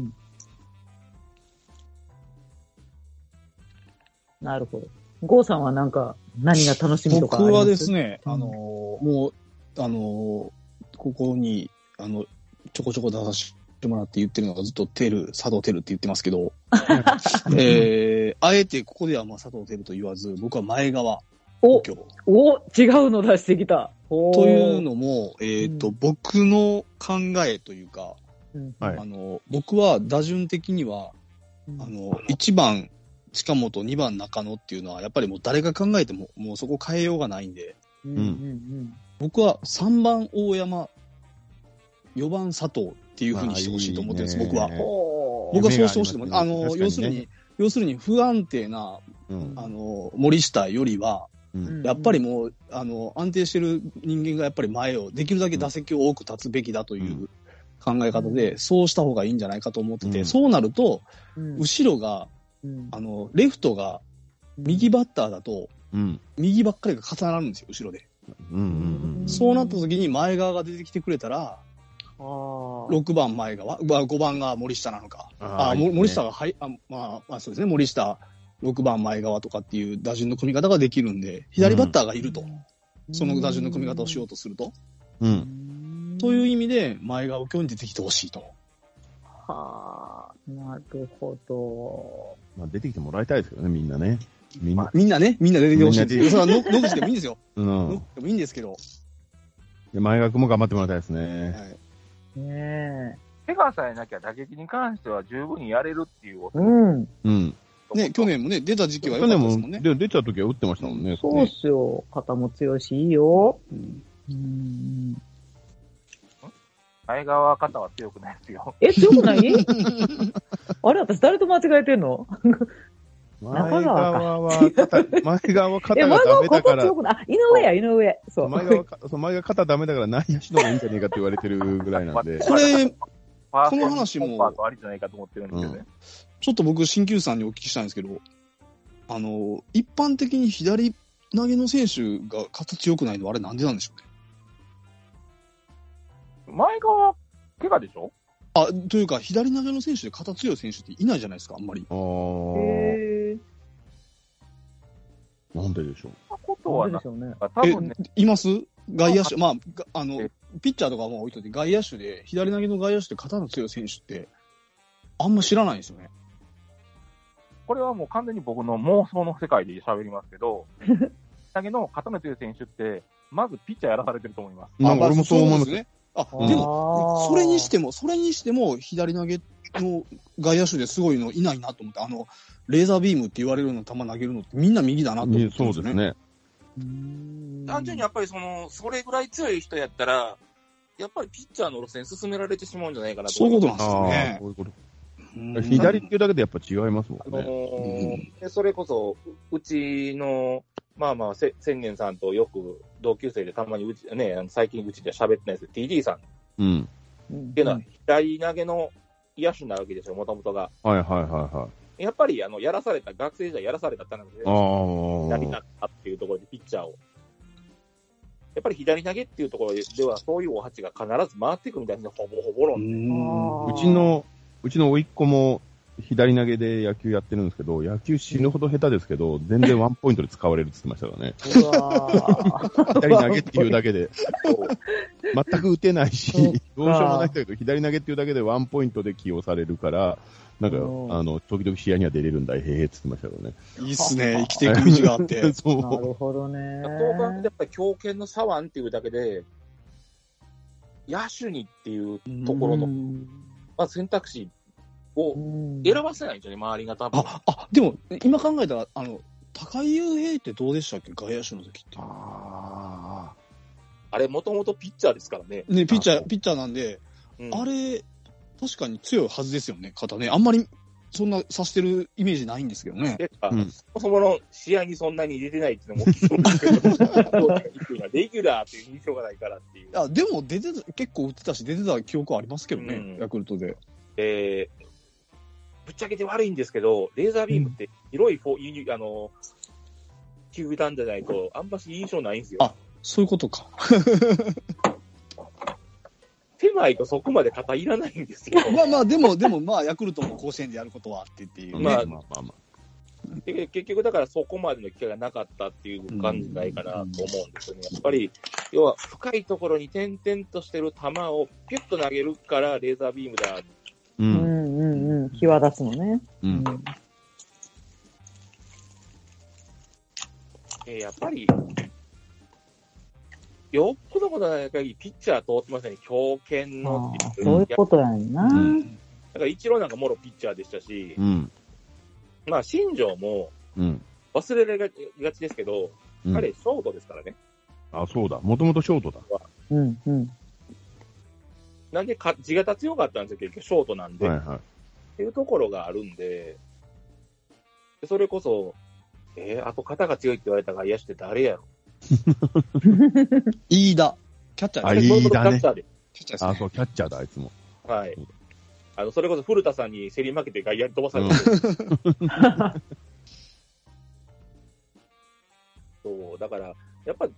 Speaker 4: んなるほど。郷さんはなんか、何が楽しみとかあ
Speaker 2: 僕
Speaker 4: りま
Speaker 2: は
Speaker 4: す
Speaker 2: ですね、
Speaker 4: うん
Speaker 2: あのー、もう、あのー、ここに、あの、ちょこちょこ出させてもらって言ってるのがずっとテル、佐藤テルって言ってますけど、えー、あえてここではまあ佐藤テルと言わず、僕は前川
Speaker 4: お
Speaker 2: 右、京
Speaker 4: お、違うの出してきた。と
Speaker 2: というのも、えっ、と、
Speaker 4: う
Speaker 2: 僕の考えというか、
Speaker 3: はい
Speaker 2: あの、僕は打順的には、あの、1番、近本、2番、中野っていうのは、やっぱりもう誰が考えても、もうそこ変えようがないんで、
Speaker 4: うんうん
Speaker 2: 僕は3番大山、4番佐藤っていうふうにしてほしいと思ってるんです、
Speaker 3: ああいいね
Speaker 2: 僕は
Speaker 4: うん。おー
Speaker 2: 僕はそうしてほしいと思って、あ
Speaker 3: 夢があ
Speaker 2: の、
Speaker 3: りま
Speaker 2: 要
Speaker 3: す
Speaker 2: す
Speaker 3: ね
Speaker 2: るに、要するに不安定な、
Speaker 3: うん。
Speaker 2: あの、森下よりは、
Speaker 3: うん。
Speaker 2: やっぱりもう、あの、安定してる人間がやっぱり前を、できるだけ打席を多く立つべきだという考え方で、そうした方がいいんじゃないかと思ってて、
Speaker 3: うん
Speaker 2: そうなると、
Speaker 4: うん
Speaker 2: 後ろが、
Speaker 4: うん
Speaker 2: あの、レフトが右バッターだと、
Speaker 3: うん。
Speaker 2: 右ばっかりが重なるんですよ、後ろで。
Speaker 3: うん。うん。
Speaker 2: そうなった時に前側が出てきてくれたら、
Speaker 4: あー
Speaker 2: 6番前側、まあ5番が森下なのか。
Speaker 3: あー
Speaker 2: あ
Speaker 3: いい
Speaker 2: も
Speaker 3: ね
Speaker 2: 森下が、はい、あまあ、まあそうですね、森下、6番前側とかっていう打順の組み方ができるんで、左バッターがいると。その打順の組み方をしようとすると。
Speaker 3: う。
Speaker 4: うんん
Speaker 2: という意味で、前側を今日に出てきてほしいと。
Speaker 4: はあ、なるほど。
Speaker 3: まあ出てきてもらいたいですけどね、みんなね。みんな。
Speaker 2: みんなね、みんな出てきてほしいんですよ。
Speaker 3: みん
Speaker 2: それはの野口でもいいんですよ。 (laughs)
Speaker 3: う
Speaker 2: 野口
Speaker 3: ん。
Speaker 2: でもいいんですけど。
Speaker 3: で前学も頑張ってもらいたいです
Speaker 2: は
Speaker 3: ね。
Speaker 2: い
Speaker 4: ね
Speaker 5: 怪我さえなきゃ打撃に関しては十分にやれるっていう
Speaker 4: え。うん。
Speaker 3: うん。
Speaker 2: ね、去年もね、出た時期は良か
Speaker 3: 去
Speaker 2: った
Speaker 3: 年
Speaker 2: です
Speaker 3: も
Speaker 2: もんね。
Speaker 3: で出ちゃう時は打ってましたもんね。
Speaker 4: そうっすよ。肩も強いし、いいよ。
Speaker 2: うん
Speaker 4: うん。
Speaker 5: 前側肩は強くないですよ。
Speaker 4: え、強くない (laughs) あれ、私誰と間違えてんの
Speaker 3: 前
Speaker 4: 中川か
Speaker 3: 側は肩、前側は
Speaker 4: え、
Speaker 3: 肩
Speaker 4: 前
Speaker 3: がダ
Speaker 4: 川
Speaker 3: メだか
Speaker 4: ここ
Speaker 3: ら
Speaker 4: 強、くない。あ、井上や、井上。そう。
Speaker 3: 前側か、 (laughs) そう前側肩ダメだから内野手の方がいいんじゃねえかって言われてるぐらいな
Speaker 5: (laughs)
Speaker 3: ん
Speaker 4: (laughs)
Speaker 3: で。
Speaker 2: これ、
Speaker 5: こ
Speaker 2: この話も
Speaker 5: パートありじゃないかと思ってるんですよね。
Speaker 2: ちょっと僕、新旧さんにお聞きしたいんですけど、あの、一般的に左投げの選手が勝つ強くないのはあれなんでなんでしょうね。
Speaker 5: 前側、怪我でしょ
Speaker 2: あ、というか、左投げの選手で肩強い選手っていないじゃないですか、あんまり。
Speaker 3: おー
Speaker 4: へー
Speaker 3: なんででしょう。
Speaker 5: そんなことは
Speaker 4: なんで
Speaker 5: な
Speaker 4: しょうね。
Speaker 5: かった。多分ね、
Speaker 2: え、います外野手、まあ、があの
Speaker 5: え、
Speaker 2: ピッチャーとかはもう置いといて、外野手で、左投げの外野手で肩の強い選手って、あんま知らないんですよね。
Speaker 5: これはもう完全に僕の妄想の世界で喋りますけ
Speaker 2: (laughs)
Speaker 5: ど、だけど、片目という選手って、まずピッチャーやらされてると思います。
Speaker 3: まあ
Speaker 2: まあ
Speaker 3: 俺もそう思いま。
Speaker 2: ですね。あ、
Speaker 4: あー
Speaker 2: でも、それにし、ても、それにしても、左投げの外野手ですごいのいないなと思って、あの、レーザービームって言われるような球投げるのってみんな右だなと思って、
Speaker 3: ねそうです。ね。
Speaker 1: 単純にやっぱりその、それぐらい強い人やったら、やっぱりピッチャーの路線進められてしまうんじゃないかなと。
Speaker 2: そういうことなんですよ
Speaker 3: ああ、
Speaker 2: ね。
Speaker 3: そういうこと。
Speaker 2: うん
Speaker 3: 左っていうだけでやっぱ違いますも
Speaker 1: あ
Speaker 3: ん
Speaker 1: の
Speaker 3: ね。
Speaker 1: ーでそれこそ、ううちの、まあまあ、せ千年さんとよく同級生でたまにうち、ね、あの最近うちでは喋ってないですけど、TD さんっ
Speaker 3: うん。
Speaker 4: って
Speaker 1: いうのは、左投げの野手なわけですよ、もともとが。
Speaker 3: はいはいはいはい。
Speaker 1: やっぱり、あの、やらされた、学生時代やらされたってなので、
Speaker 3: ああ。
Speaker 1: 左だったっていうところでピッチャーを。やっぱり左投げっていうところでは、そういうお鉢が必ず回ってくるみたいな、ほぼほぼ論
Speaker 2: うん。
Speaker 4: あー
Speaker 3: うちの、うちの甥っ子も左投げで野球やってるんですけど、野球死ぬほど下手ですけど、全然ワンポイントで使われるって言ってました (laughs) からね。
Speaker 4: う
Speaker 2: (laughs)
Speaker 3: 左
Speaker 4: わ
Speaker 3: 投げっていうだけで、 (laughs)
Speaker 4: (laughs)
Speaker 3: 全く打てないし、
Speaker 4: そ
Speaker 3: どう
Speaker 4: っ
Speaker 3: し
Speaker 4: か
Speaker 3: ようもないけど、左投げっていうだけでワンポイントで起用されるから、なんか、あ
Speaker 4: おー
Speaker 3: の、時々試合には出れるんだ、へへって言ってましたけどね。
Speaker 2: いいっすね。生きていく道があって。
Speaker 3: (laughs) そう。
Speaker 4: ーなるほどね。
Speaker 1: そう考えるとやっぱり強肩の左腕っていうだけで、野手にっていうところの、まあ、選択肢を
Speaker 4: うん
Speaker 1: 選ばせないんですよね、周りが多分。
Speaker 2: あ、あ、でも、今考えたら、あの、高井雄平ってどうでしたっけ外野手の時って。
Speaker 3: あ
Speaker 1: あれ、もともとピッチャーですからね。
Speaker 2: ね、ピッチャ
Speaker 3: あ
Speaker 2: ー、ピッチャーなんで、
Speaker 1: うん
Speaker 2: あれ、確かに強いはずですよね、肩ね。あんまり、そんなさしてるイメージないんですけどね。
Speaker 1: てか、
Speaker 3: うん
Speaker 1: そもそもの試合にそんなに出てないっていうのも大きいと思うんですけど、レギュラーっていう印象がないからっていう。
Speaker 2: あでも出てた、結構打ってたし、出てた記憶はありますけどね、
Speaker 1: うん
Speaker 2: ヤクルトで。
Speaker 1: えーぶっちゃけて悪いんですけど、レーザービームって広いフォーユニあの、球団じゃないと、あんまし印象ないんですよ。
Speaker 2: あそういうことか。
Speaker 1: 狭いとそこまで肩いらないんですよ。
Speaker 2: まあまあ、でも、でも、まあ、ヤクルトも甲子園でやることはあってってい
Speaker 3: あ、
Speaker 2: うね。
Speaker 3: ま
Speaker 1: まあ
Speaker 3: あまあま
Speaker 1: で結局だからそこまでの機会がなかったっていう感じないかなと思うんですよね。やっぱり、要は深いところに点々としてる球をピュッと投げるからレーザービームだ。
Speaker 3: う。
Speaker 4: うんんうんうん。際立つのね。
Speaker 3: うん。
Speaker 1: えーやっぱり、よっぽどことない限りピッチャー通ってませんね。強肩の
Speaker 4: あ
Speaker 1: って
Speaker 4: ーそういうことやねんな。
Speaker 3: うん
Speaker 1: だから一郎なんかもろピッチャーでしたし、
Speaker 3: うん。
Speaker 1: まあ新庄も
Speaker 3: うん。
Speaker 1: 忘れられがちですけど、
Speaker 3: うん
Speaker 1: 彼、ショートですからね。
Speaker 3: あ、そうだ。もともとショートだ。
Speaker 4: うんうん。
Speaker 1: なんでか、地形強かったんですよ、結局、ショートなんで。
Speaker 3: はいはい。
Speaker 1: っていうところがあるんで、でそれこそ、えーあと肩が強いって言われた外野手って誰やろ
Speaker 2: 飯田、キャッチャー
Speaker 3: あ
Speaker 2: ね
Speaker 3: いいだ
Speaker 1: それこそキャ
Speaker 3: ね
Speaker 1: ッチャーで。
Speaker 2: キャッチャーですね
Speaker 3: あ、そう、キャッチャーだ、あいつも。
Speaker 1: はい。あの、それこそ古田さんに競り負けて外野に飛ばされて (laughs) そう、だから、やっぱ、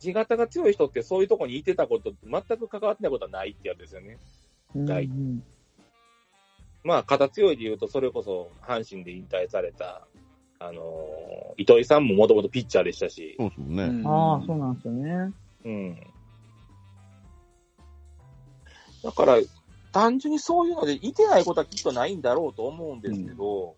Speaker 1: 地形が強い人ってそういうとこにいてたこと、全く関わってないことはないってやつですよね。
Speaker 4: うんうん
Speaker 1: まあ、肩強いで言うと、それこそ、阪神で引退された、あのー糸井さんももともとピッチャーでしたし、
Speaker 3: そうですもんね。
Speaker 2: うん
Speaker 4: ああ、そうなんですよね。
Speaker 1: うん。だから、単純にそういうので、いてないことはきっとないんだろうと思うんですけど、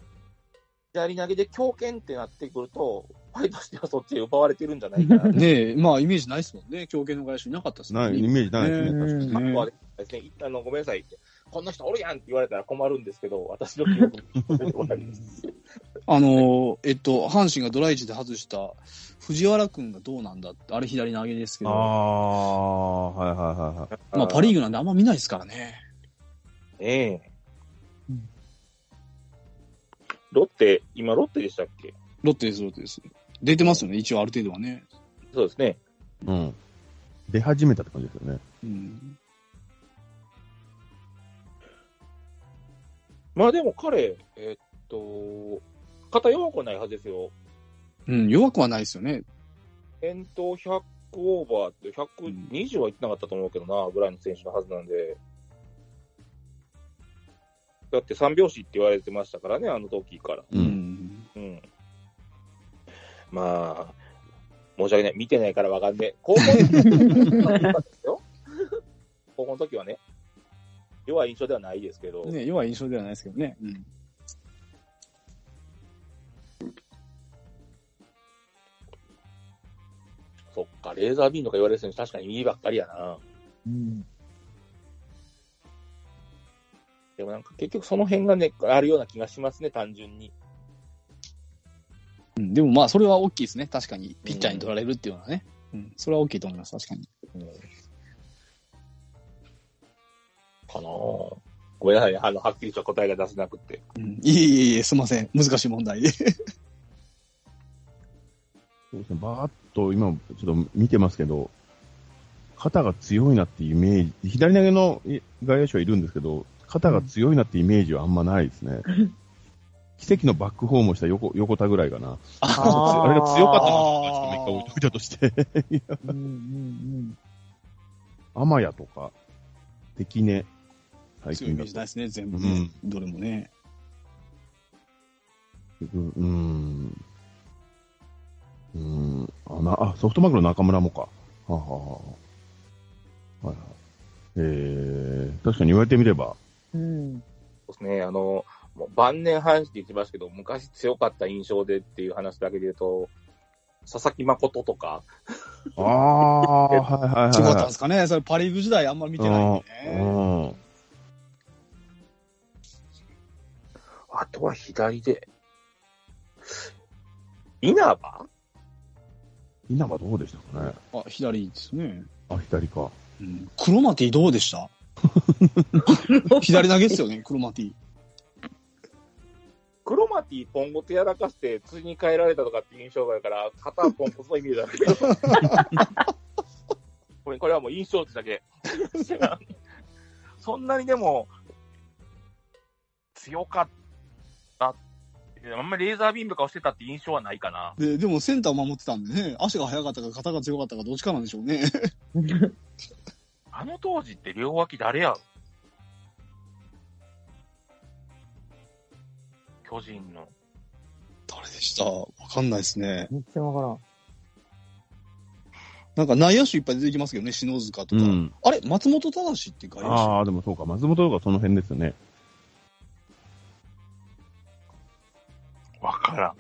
Speaker 1: 左投げで強肩ってなってくると、ファイとしてはそっちへ奪われてるんじゃないかな。
Speaker 2: ねえ、まあ、イメージないですもんね。強肩の外手いなかったですも
Speaker 3: なんい、イ
Speaker 2: ね。
Speaker 3: メージないですね。
Speaker 4: うん
Speaker 3: 確かに。
Speaker 2: ね
Speaker 1: まあですね、あのごめんなさいって、こんな人おるやんって言われたら困るんですけど、私の記憶にわかります。
Speaker 2: あのー、えっと、阪神がドライチで外した藤原君がどうなんだって、あれ左投げですけ
Speaker 3: あ
Speaker 2: ど、
Speaker 3: あ、はいはいはいはい。
Speaker 2: まあ、パ・リーグなんであんま見ないですからね。
Speaker 1: ええ
Speaker 2: うん
Speaker 1: ロッテ、今、ロッテでしたっけ
Speaker 2: ロッテです、ロッテです。出てますよね、一応ある程度はね。
Speaker 1: そうですね。
Speaker 3: うん。出始めたって感じですよね。
Speaker 2: うん。
Speaker 1: まあでも彼、えっと、肩弱くないはずですよ。
Speaker 2: うん、弱くはないですよね。
Speaker 1: 遠投100オーバーって、120はいってなかったと思うけどな、ぐらいの選手のはずなんで。だって三拍子って言われてましたからね、あの時から。
Speaker 3: う。
Speaker 2: うんん。
Speaker 1: うん。まあ、申し訳ない。見てないからわかんねえ。高校の時高校の時はね、 (laughs) 弱い印象ではないですけど。
Speaker 2: ね、弱い印象ではないですけどね。うん。
Speaker 1: そっか、レーザービームとか言われる選手、確かに右ばっかりやな。
Speaker 4: うん
Speaker 1: でもなんか結局その辺がね、あるような気がしますね、単純に。
Speaker 2: うんでもまあ、それは大きいですね。確かに、ピッチャーに取られるっていうのはね。うん、それは大きいと思います、確かに。
Speaker 1: かなぁごめんなさいね、あの、はっきりと答えが出せなくて。
Speaker 2: うん、いえいえいえ、すいません。難しい問題で。
Speaker 3: そうですね。ばーっと今、ちょっと見てますけど、肩が強いなってイメージ、左投げのい外野手はいるんですけど、肩が強いなってイメージはあんまないですね。奇跡のバックホームをした横横田ぐらいかな。
Speaker 4: あ
Speaker 3: あれが強かったのか、ちょっ
Speaker 2: あー
Speaker 3: ともう一回置いといたとして。
Speaker 4: うんうん
Speaker 3: 天谷とか、関根、最
Speaker 2: 強いイメ
Speaker 3: 近だ
Speaker 2: ージ
Speaker 3: と
Speaker 2: ないですね、全部ね。どれもね。
Speaker 3: うん。うん。うん。あ、なあソフトバンクの中村もか。はあ、はあ、はあ。はいはい。えー、確かに言われてみれば、
Speaker 4: うん。うん。
Speaker 6: そうですね、あの、もう晩年阪神って言ってますけど、昔強かった印象でっていう話だけで言うと、佐々木誠とか、
Speaker 3: ああ、はいはいはい。
Speaker 2: 強かったんですかね。それパリーグ時代あんまり見てないんでね。
Speaker 3: うん。うん
Speaker 6: あとは左で、稲葉
Speaker 3: 稲葉どうでしたかね。
Speaker 2: あ、左ですね。
Speaker 3: あ、左か。
Speaker 2: うんクロマティどうでした
Speaker 4: (laughs)
Speaker 2: 左投げですよね、クロマティ。
Speaker 6: クロマティポンコツやらかして、釣りに変えられたとかっていう印象があるから、肩ポンコツのイメージだけど。これこれはもう印象値だけ。 (laughs) そんなにでも、
Speaker 1: 強かった。あんまりレーザービームとかをしてたって印象はないかな。
Speaker 2: で、でもセンター守ってたんでね、足が速かったか肩が強かったかどっちかなんでしょうね。 (laughs)
Speaker 1: あの当時って両脇誰やろ巨人の。
Speaker 2: 誰でしたわかんないですね。
Speaker 4: めっちゃわからん。
Speaker 2: なんか内野手いっぱい出てきますけどね、篠塚と
Speaker 3: う
Speaker 2: か。
Speaker 3: ん。
Speaker 2: あれ松本正って外野手
Speaker 3: ああ、でもそうか。松本とかその辺ですよね。
Speaker 1: わからん。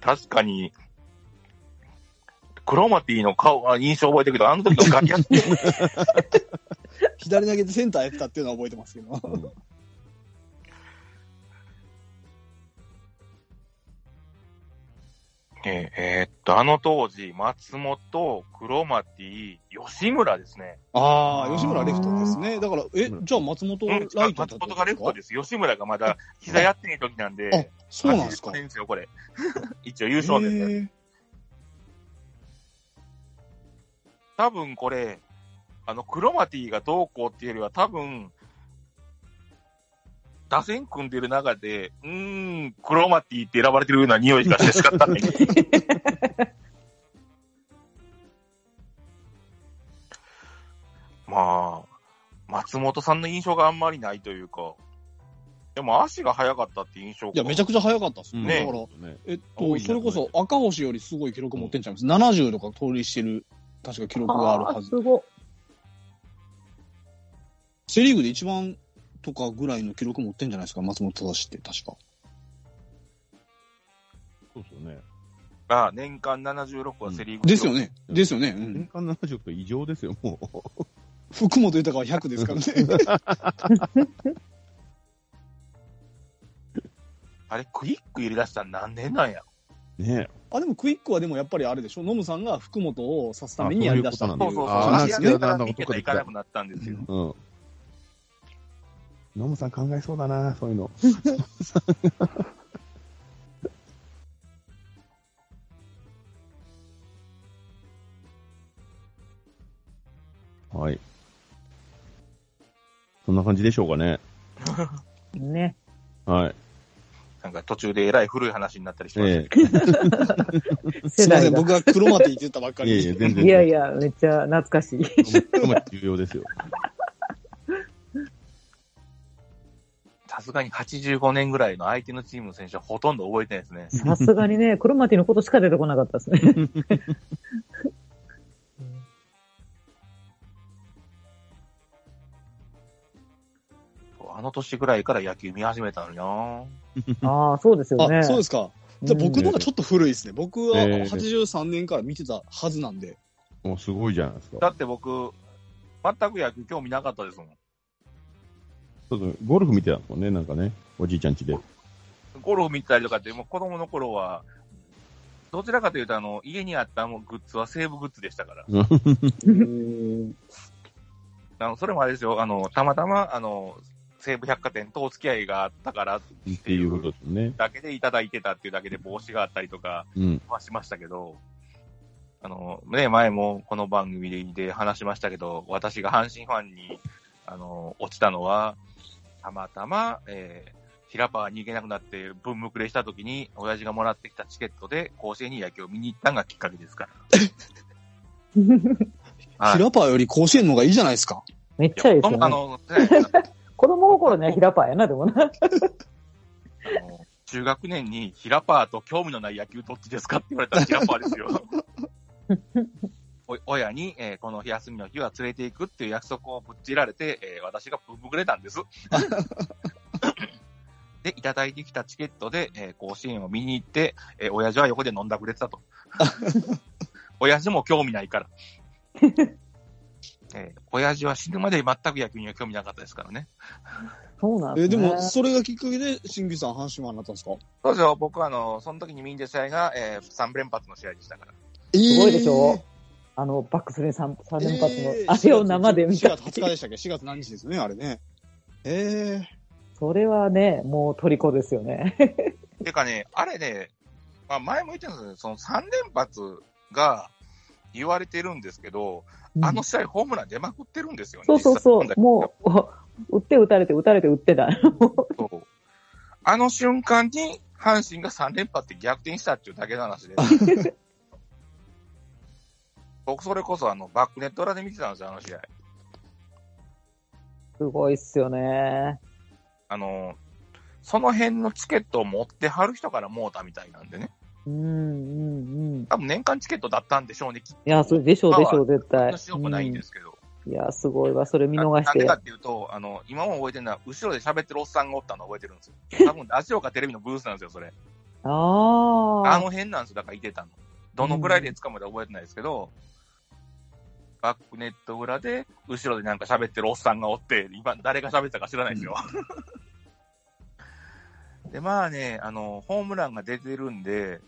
Speaker 1: 確かに、クロマティの顔は印象覚えてるけど、あの時のガキや
Speaker 2: (laughs)
Speaker 1: ってる
Speaker 2: 左投げでセンターやってたっていうのは覚えてますけど。
Speaker 3: うん
Speaker 1: ええーっと、あの当時、松本、クロマティ、吉村ですね。
Speaker 2: ああ、吉村レフトですね。だから、え
Speaker 3: 吉、村
Speaker 2: じゃあ松本
Speaker 1: うん、
Speaker 2: ライトだった
Speaker 1: 松本がレフト
Speaker 2: で
Speaker 1: です。吉村がまだ膝やってない時なん
Speaker 2: あ
Speaker 1: で、、
Speaker 2: そうなんですか
Speaker 1: 84。年ですよ、これ。 (laughs) 一応優勝年です。
Speaker 2: へー
Speaker 1: 多分これ、あの、クロマティがどうこうっていうよりは、多分、打線組んでる中で、うーん、クロマティって選ばれてるような匂い (laughs) がしてしかったんだけど。まあ、松本さんの印象があんまりないというか、でも足が速かったって印象が
Speaker 2: いや、めちゃくちゃ速かったですよ
Speaker 1: ね
Speaker 2: だから、
Speaker 3: ね
Speaker 2: えっ
Speaker 3: 多
Speaker 2: と、
Speaker 3: いな
Speaker 2: それこそ赤星よりすごい記録持ってんちゃいます。70とか盗塁してる、確か記録があるはず
Speaker 4: す。ごい。
Speaker 2: セリーグで一番とかぐらいの記録持ってんじゃないですか、松本正って確か。
Speaker 3: そうですよね。
Speaker 1: あ年間76はセリーグ、
Speaker 2: ですよ。ね。
Speaker 3: うん
Speaker 2: ですよね。うん
Speaker 3: 年間70億と異常ですよ、もう。
Speaker 2: 福本豊は100ですからね。
Speaker 1: あれ、クイック入れ出したの何年なんや
Speaker 3: ね
Speaker 2: (laughs) あ、でもクイックはでもやっぱりあれでしょ。ノムさんが福本を指すために
Speaker 3: あ
Speaker 2: や
Speaker 3: そうい
Speaker 2: り
Speaker 3: うこ
Speaker 2: 出したっ
Speaker 3: となん
Speaker 2: て
Speaker 1: そう
Speaker 2: い
Speaker 3: だ
Speaker 1: そ
Speaker 2: う。
Speaker 1: うそう。足やって
Speaker 3: あなんですね
Speaker 1: たらいけたらいかなくなったんですよ。
Speaker 3: え。うん。ノムさん考えそうだな、そういうの。 (laughs) はい。そんな感じでしょうかね。
Speaker 4: ね。
Speaker 3: はい。
Speaker 1: なんか途中でえらい古い話になったりしてます、
Speaker 3: え
Speaker 2: す
Speaker 4: 世
Speaker 2: いませ
Speaker 4: 代
Speaker 2: ん、
Speaker 4: が。
Speaker 2: 僕がクロマティって言ったばっか
Speaker 3: え。
Speaker 2: りで
Speaker 3: いやいや、全然。
Speaker 4: いやいや、めっちゃ懐かしい。
Speaker 3: とも重要ですよ。
Speaker 1: さすがに85年ぐらいの相手のチームの選手はほとんど覚えてないですね。
Speaker 4: さすがにね、クロマティのことしか出てこなかったですね。
Speaker 1: あの年ぐらいから野球見始めたのにな
Speaker 4: (laughs) ああ、そうですよね。
Speaker 2: あ、そうですか。じゃあ僕の
Speaker 4: う
Speaker 2: 方
Speaker 4: ん
Speaker 2: がちょっと古いですね。僕は
Speaker 3: ええ
Speaker 2: 83年から見てたはずなんで。
Speaker 3: もうすごいじゃないです
Speaker 1: だ
Speaker 3: か。
Speaker 1: って僕、全く野球興味なかったですもん。
Speaker 3: ちょっとゴルフ見てたもんね、なんかね。おじいちゃんちで。
Speaker 1: ゴルフ見たりとかって、もう子供の頃は、どちらかというと、あの、家にあったもうグッズは西武グッズでしたから。あの、それもあれですよ、あの、たまたま、あの、西武百貨店とお付き合いがあったから
Speaker 3: っていうことですね。
Speaker 1: だけでいただいてたっていうだけで帽子があったりとか、
Speaker 3: うん。
Speaker 1: はしましたけど、あの、ね、前もこの番組で話しましたけど、私が阪神ファンに、あの、落ちたのは、たまたま、えー平パー逃げなくなって、分むくれした時に、親父がもらってきたチケットで、甲子園に野球を見に行ったのがきっかけですから。はい
Speaker 2: 平パーより甲子園の方がいいじゃないですか。
Speaker 4: (laughs) めっちゃいいです
Speaker 1: 僕
Speaker 4: よ
Speaker 1: もあ
Speaker 4: ね。
Speaker 1: の、あ
Speaker 4: 子供心には平パーやな、でもな。
Speaker 1: の中学年に、平パーと興味のない野球どっちですかって言われたら平パーですよ。お親に、えーこの休みの日は連れていくっていう約束をぶっちられて、えー私がぶんぶくれたんです。で、いただいてきたチケットで、えー甲子園を見に行って、えー親父は横で飲んだくれてたと。親父も興味ないから。えー親父は死ぬまで全く野球には興味なかったですからね。
Speaker 4: そうなん
Speaker 2: え
Speaker 4: です
Speaker 2: で
Speaker 4: ね。
Speaker 2: も、それがきっかけで、新宮さん、阪神マンになったんですか
Speaker 1: そうですよ、僕はあの、その時に見に出た試合が、えー、3連発の試合でしたから。
Speaker 2: す
Speaker 4: ごいでしょあの、バックスリー 3, 3連発の、あれを生で見た
Speaker 2: 4。月20日でしたっけ ?4 月何日ですよね、あれね。え
Speaker 4: それはね、もう虜ですよね。
Speaker 1: てかね、あれね、まあ、前も言ったんですけど、その3連発が言われてるんですけど、
Speaker 4: (laughs)
Speaker 1: あの試合ホームラン出まくってるんですよね。
Speaker 4: そうそうそ
Speaker 1: 実際
Speaker 4: う。もう、打って打たれて打たれて打ってた。 (laughs)
Speaker 1: そうあの瞬間に阪神が3連覇って逆転したっていうだけの話で。
Speaker 4: (laughs)
Speaker 1: 僕、それこそあの、バックネット裏で見てたんですよ、あの試合。
Speaker 4: すごいっすよね。
Speaker 1: あの、その辺のチケットを持ってはる人からもうたみたいなんでね。
Speaker 4: うん、うん、うん。
Speaker 1: 多分年間チケットだったんでしょうね、きっと。
Speaker 4: いや、それでしょうでしょう、絶対。
Speaker 1: 私よくないんですけど。
Speaker 4: うんいや、すごいわ。それ見逃
Speaker 1: な
Speaker 4: し
Speaker 1: なんで
Speaker 4: て
Speaker 1: か。っていうと、あの、今も覚えてるのは、後ろで喋ってるおっさんがおったのを覚えてるんですよ。多分、ラジオかテレビのブースなんですよ、それ。
Speaker 4: あ
Speaker 1: あ
Speaker 4: あ。
Speaker 1: の辺なんですよ、だからいてたの。どのぐらいで捕まで覚えてないですけど、バックネット裏で、後ろでなんか喋ってるおっさんがおって、今、誰が喋ってたか知らないですよ。 (laughs) で、まあね、あの、ホームランが出てるんで、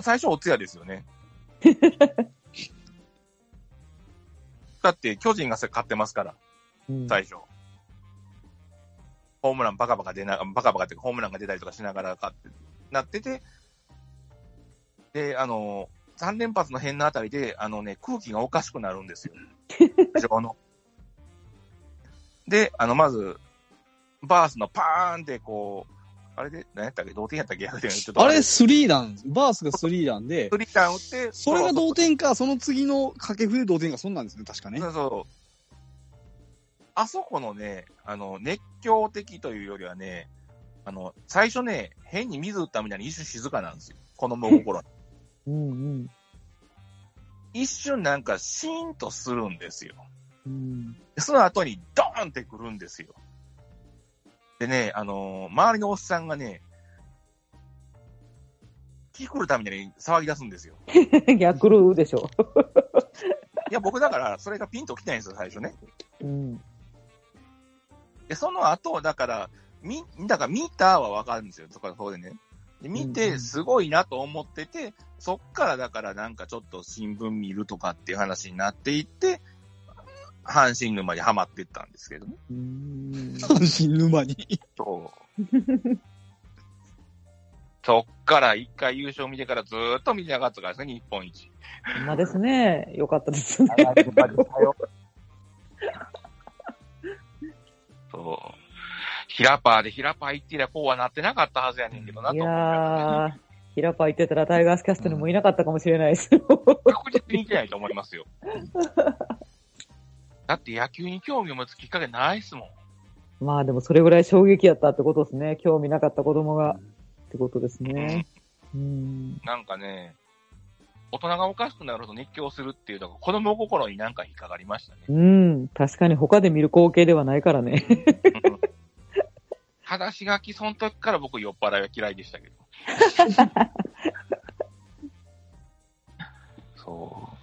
Speaker 1: 最初、お通夜ですよね。だって、巨人が勝ってますから。
Speaker 4: うん
Speaker 1: 最初。ホームランバカバカ出な、バカバカっていうかホームランが出たりとかしながらかって、なってて、で、あの、3連発の辺のあたりで、あのね、空気がおかしくなるんです
Speaker 2: (laughs)
Speaker 1: よ。場の。で、あの、まず、バースのパーンってこう、あれで、何やったっけ同点やったっけ逆転ちょっ
Speaker 2: ー、
Speaker 1: と
Speaker 2: あれ、スリーラン、バースがスリーランで
Speaker 1: ス、リーターン打って、
Speaker 2: それが同点か、その次の掛布で同点か、そんなんですね、確かね
Speaker 1: そ。うそう。あそこのね、あの、熱狂的というよりはね、あの、最初ね、変に水打ったみたいに一瞬静かなんですよ。子供心に。
Speaker 4: うんうん
Speaker 1: 一瞬なんかシーンとするんですよ。
Speaker 4: うん。 (laughs)
Speaker 1: その後にドーンってくるんですよ。でね、あのー周りのおっさんがね、キークルたみたいに騒ぎ出すんですよ。
Speaker 4: 逆ルーでしょ。
Speaker 1: いや、僕だから、それがピンと来てないんですよ、最初ね。
Speaker 4: うん。
Speaker 1: で、その後、だから、み、だから見たはわかるんですよ。そこらそうでね。で、見
Speaker 4: うんう
Speaker 1: て、
Speaker 4: ん
Speaker 1: すごいなと思ってて、そっからだからなんかちょっと新聞見るとかっていう話になっていって、阪神沼にはまっていったんですけどね。
Speaker 4: うん
Speaker 2: 阪神沼に。
Speaker 1: そう。そっから一回優勝見てからずーっと見てなかったからですね、日本一。
Speaker 4: ほんまですね。よかったですね。
Speaker 1: そう。平パーで平パー行ってりゃこうはなってなかったはずやねんけどなと
Speaker 4: い
Speaker 1: 思うからね
Speaker 4: やー、平パー行ってたらタイガースキャストにもいなかったかもしれない (laughs) ですよ。
Speaker 1: 確実にいけないと思いますよ。だって野球に興味を持つきっかけないっすもん。
Speaker 4: まあでもそれぐらい衝撃やったってことですね。興味なかった子供がってことですね。うん。
Speaker 1: なんかね、大人がおかしくなるほど熱狂するっていうのが子供心になんか引っかかりましたね。
Speaker 4: うん。確かに他で見る光景ではないからね。
Speaker 1: うん裸足がき、その時から僕酔っ払いは嫌いでしたけど。そう。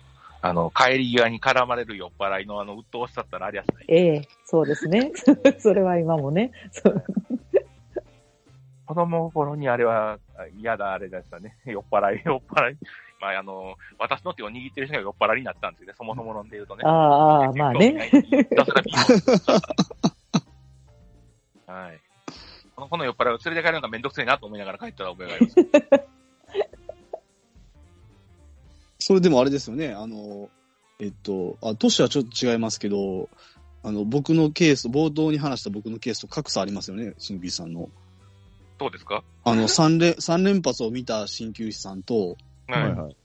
Speaker 1: あの、帰り際に絡まれる酔っ払いのあの、鬱陶しさったらありゃしない。
Speaker 4: ええ、そうですね。 (laughs) それは今もね。そう
Speaker 1: 子供心にあれはあ嫌だ、あれでしたね。 (laughs) 酔っ払い、酔っ払い。まあ、あの、私の手を握ってる人が酔っ払いになったんですよね。そもそも論で言うとね。
Speaker 4: ああ、ああ、まあね。
Speaker 1: ひたすらビール (laughs) はい。このこの酔っ払いを連れて帰るのがめんどくせえなと思いながら帰ったら覚えがあ
Speaker 4: (laughs)
Speaker 1: ります。
Speaker 2: それでもあれですよね、あの、えっと、あ、都市はちょっと違いますけど、あの、僕のケース、冒頭に話した僕のケースと格差ありますよね、新球師さんの。
Speaker 1: どうですか
Speaker 2: あ (laughs) の、三連、三連発を見た新球師さんと、
Speaker 1: はい。
Speaker 3: はいはい。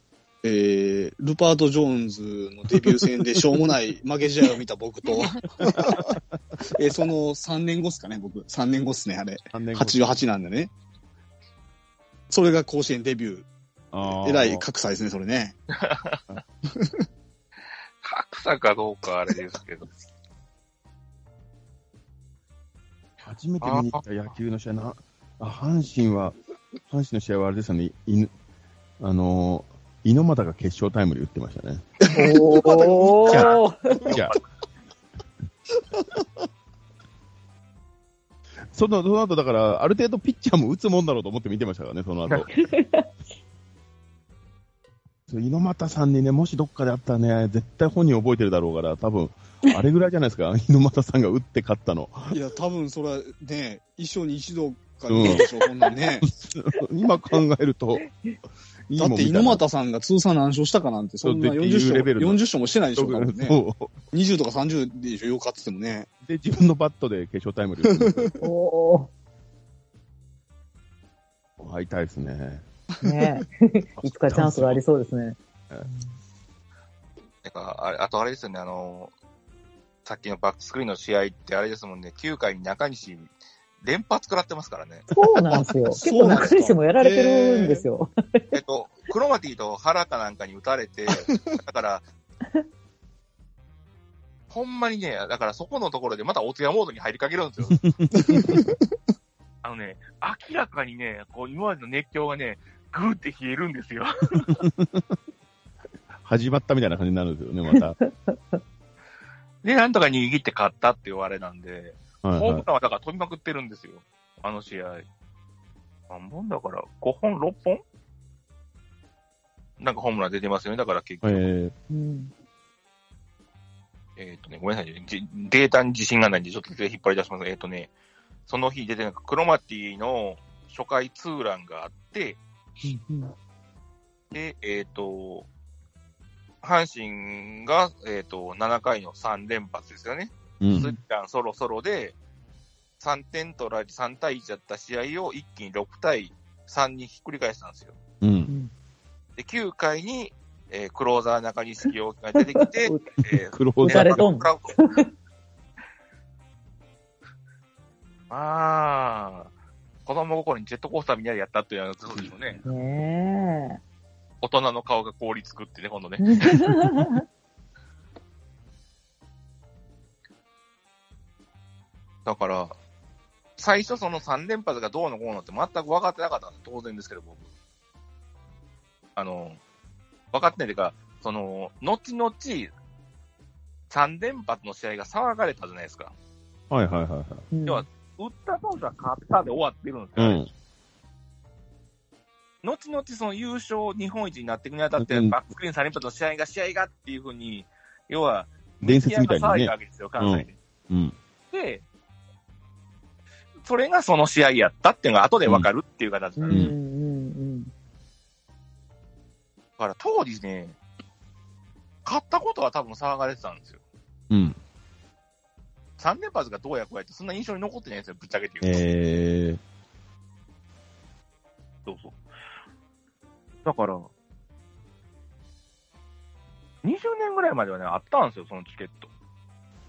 Speaker 2: えー、ルパート・ジョーンズのデビュー戦でしょうもない負け試合を見た僕 (laughs) と、えーその3年後っすかね、僕。3年後っすね、あれ。
Speaker 3: 3年
Speaker 2: 88なんでね。それが甲子園デビュー。えらい格差ですね、それね。
Speaker 1: 格差かどうかあれですけど。
Speaker 3: 初めて見に行った野球の試合な、あ、阪神は、阪神の試合はあれですよね、いあのー、猪俣が決勝タイムで打ってましたね。
Speaker 4: おー。
Speaker 3: じゃあ。 (laughs) その、その後だから、ある程度ピッチャーも打つもんだろうと思って見てましたからね、その後。そう猪俣さんにね、もしどっかであったらね、絶対本人覚えてるだろうから、多分、あれぐらいじゃないですか、猪俣さんが打って勝ったの。
Speaker 2: いや、多分それはね、一生に一度かになるでしょう、こんなん
Speaker 3: (laughs)
Speaker 2: ね。
Speaker 3: 今考えると、いい
Speaker 2: だ
Speaker 3: もん
Speaker 2: っ
Speaker 3: 見
Speaker 2: て
Speaker 3: た
Speaker 2: 猪
Speaker 3: な
Speaker 2: 俣さんが通算何勝したかなんて、そんな
Speaker 3: そうっていう
Speaker 2: 40
Speaker 3: レ
Speaker 2: 勝
Speaker 3: ベル
Speaker 2: も
Speaker 3: の
Speaker 2: 40勝もしてないでしょ、多分ね。
Speaker 3: そ
Speaker 2: 20とか30でしょ、よう勝っててもね。
Speaker 3: う。で、自分のバットで決勝タイムで打つ。
Speaker 4: お
Speaker 3: 会いたいですね。
Speaker 4: ー。ねえいつかチャンスがありそうですね。
Speaker 1: なんかあれあとあれですよね、あの、さっきのバックスクリーンの試合ってあれですもんね、9回に中西、連発食らってますからね。
Speaker 4: そうなんですよ。 (laughs) 結構中西もやられてるんですよ。
Speaker 1: えっと、クロマティと原かなんかに打たれ
Speaker 3: (laughs)
Speaker 1: て、だから、ほんまにね、だからそこのところでまたお通夜モードに入りかけるんですよ。
Speaker 3: (laughs)
Speaker 1: あのね、明らかにね、こう今までの熱狂がね、ぐーって冷えるんですよ。
Speaker 3: 始まったみたいな感じになるんですよね、また。
Speaker 1: で、なんとか握って勝ったっていうあれなんで、
Speaker 3: はい
Speaker 1: ホー
Speaker 3: は
Speaker 1: ム
Speaker 3: い、
Speaker 1: ランはだから飛びまくってるんですよ。あの試合。何本だから、5本、6本なんかホームラン出てますよね。だから結局、
Speaker 3: えー
Speaker 4: うん
Speaker 1: えっ、とね、ごめんなさい。じデータに自信がないんで、ちょっと引っ張り出します。えっ、とね、その日出てなんか、クロマティの初回ツーランがあって、で、えっ、と、阪神が、えっ、と、7回の3連発ですよね。
Speaker 3: う
Speaker 1: スッ
Speaker 3: ん。
Speaker 1: タンソロソロで、3点取られ3対1だった試合を一気に6対3にひっくり返したんですよ。
Speaker 3: うん。
Speaker 1: で、9回に、えークローザー中西清輝が出てき
Speaker 3: (laughs)
Speaker 1: て、えー
Speaker 3: クロー
Speaker 4: 打た
Speaker 3: ザ
Speaker 4: れ
Speaker 1: (laughs)
Speaker 3: ー。
Speaker 4: とん
Speaker 1: まあ、子供心にジェットコースターみたいにやったっていうのはそうでしょうね。
Speaker 4: ね
Speaker 1: 大人の顔が凍りつくってね、今度ね
Speaker 4: え。。
Speaker 1: だから、最初その3連発がどうのこうのって全く分かってなかったの当然ですけど、僕。あの、分かってないというか、その、後々、3連発の試合が騒がれたじゃないですか。
Speaker 3: はいはいはいはい。
Speaker 4: うん
Speaker 1: 要は打った方が勝ったで終わってるんです
Speaker 3: う
Speaker 1: よ。
Speaker 3: ん。
Speaker 1: 後々その優勝日本一になっていくにあたって、
Speaker 3: うん
Speaker 1: バックスクリーン3連発の試合が試合がっていうふうに、要は、
Speaker 3: 伝説みたい
Speaker 1: な
Speaker 3: に
Speaker 1: 騒いだ
Speaker 3: ね。
Speaker 1: わけですよ、関西で。
Speaker 3: うん。
Speaker 1: で、それがその試合やったっていうのが後で分かるっていう形
Speaker 4: う
Speaker 1: なんん
Speaker 4: う
Speaker 1: で、
Speaker 4: ん
Speaker 1: だ
Speaker 4: うん
Speaker 1: から当時ね、勝ったことは多分騒がれてたんですよ。
Speaker 3: うん。
Speaker 1: 3連発がどうやこうやって、そんな印象に残ってないんですよ、ぶっちゃけて言うと。
Speaker 3: えー、
Speaker 1: そうそう。だから、20年ぐらいまではね、あったんですよ、そのチケット。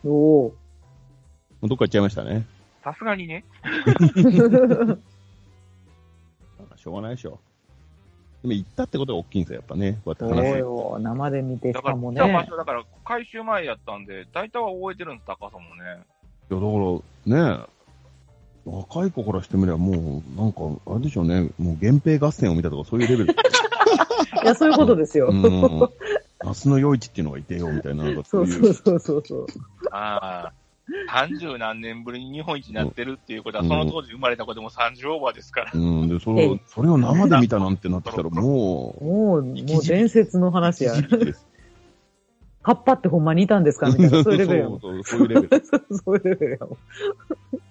Speaker 4: うん。おー。
Speaker 3: もうどっか行っちゃいましたね。
Speaker 1: さすがにね。
Speaker 3: しょうがないでしょ。でも行ったってことが大きいんですよ、やっぱね。こうやって
Speaker 4: そう
Speaker 3: 話す。
Speaker 4: よ。生で見てし
Speaker 1: だか、
Speaker 4: からも
Speaker 1: 来
Speaker 4: ね
Speaker 1: た。場所だから、回収前やったんで、大体は覚えてるんです、高さもね。
Speaker 3: いや、だから、ねえ、若い子からしてみればもう、なんか、あれでしょうね、もう源平合戦を見たとかそういうレベル。
Speaker 4: (laughs) いや、そういうことですよ。
Speaker 3: うん。明日の夜市っていうのがいてよ、みたいな。なんか
Speaker 4: そう
Speaker 3: い
Speaker 4: そうそうそうそう。
Speaker 3: (laughs)
Speaker 1: ああ。三十何年ぶりに日本一になってるっていうことは、
Speaker 3: うん
Speaker 1: その当時生まれた子でも30オーバーですから。
Speaker 3: うん、で、そ
Speaker 4: え
Speaker 3: れ
Speaker 4: え、
Speaker 3: それを生で見たなんてなってきたら、も
Speaker 4: もう、もう伝説の
Speaker 3: う、
Speaker 4: 話や。
Speaker 3: 一時期です。
Speaker 4: カッパってほんまにいたんですかみたいな、そういうレベルやもん。
Speaker 3: (laughs) そうそうそういうレベル。
Speaker 4: (laughs) そういうレベルやも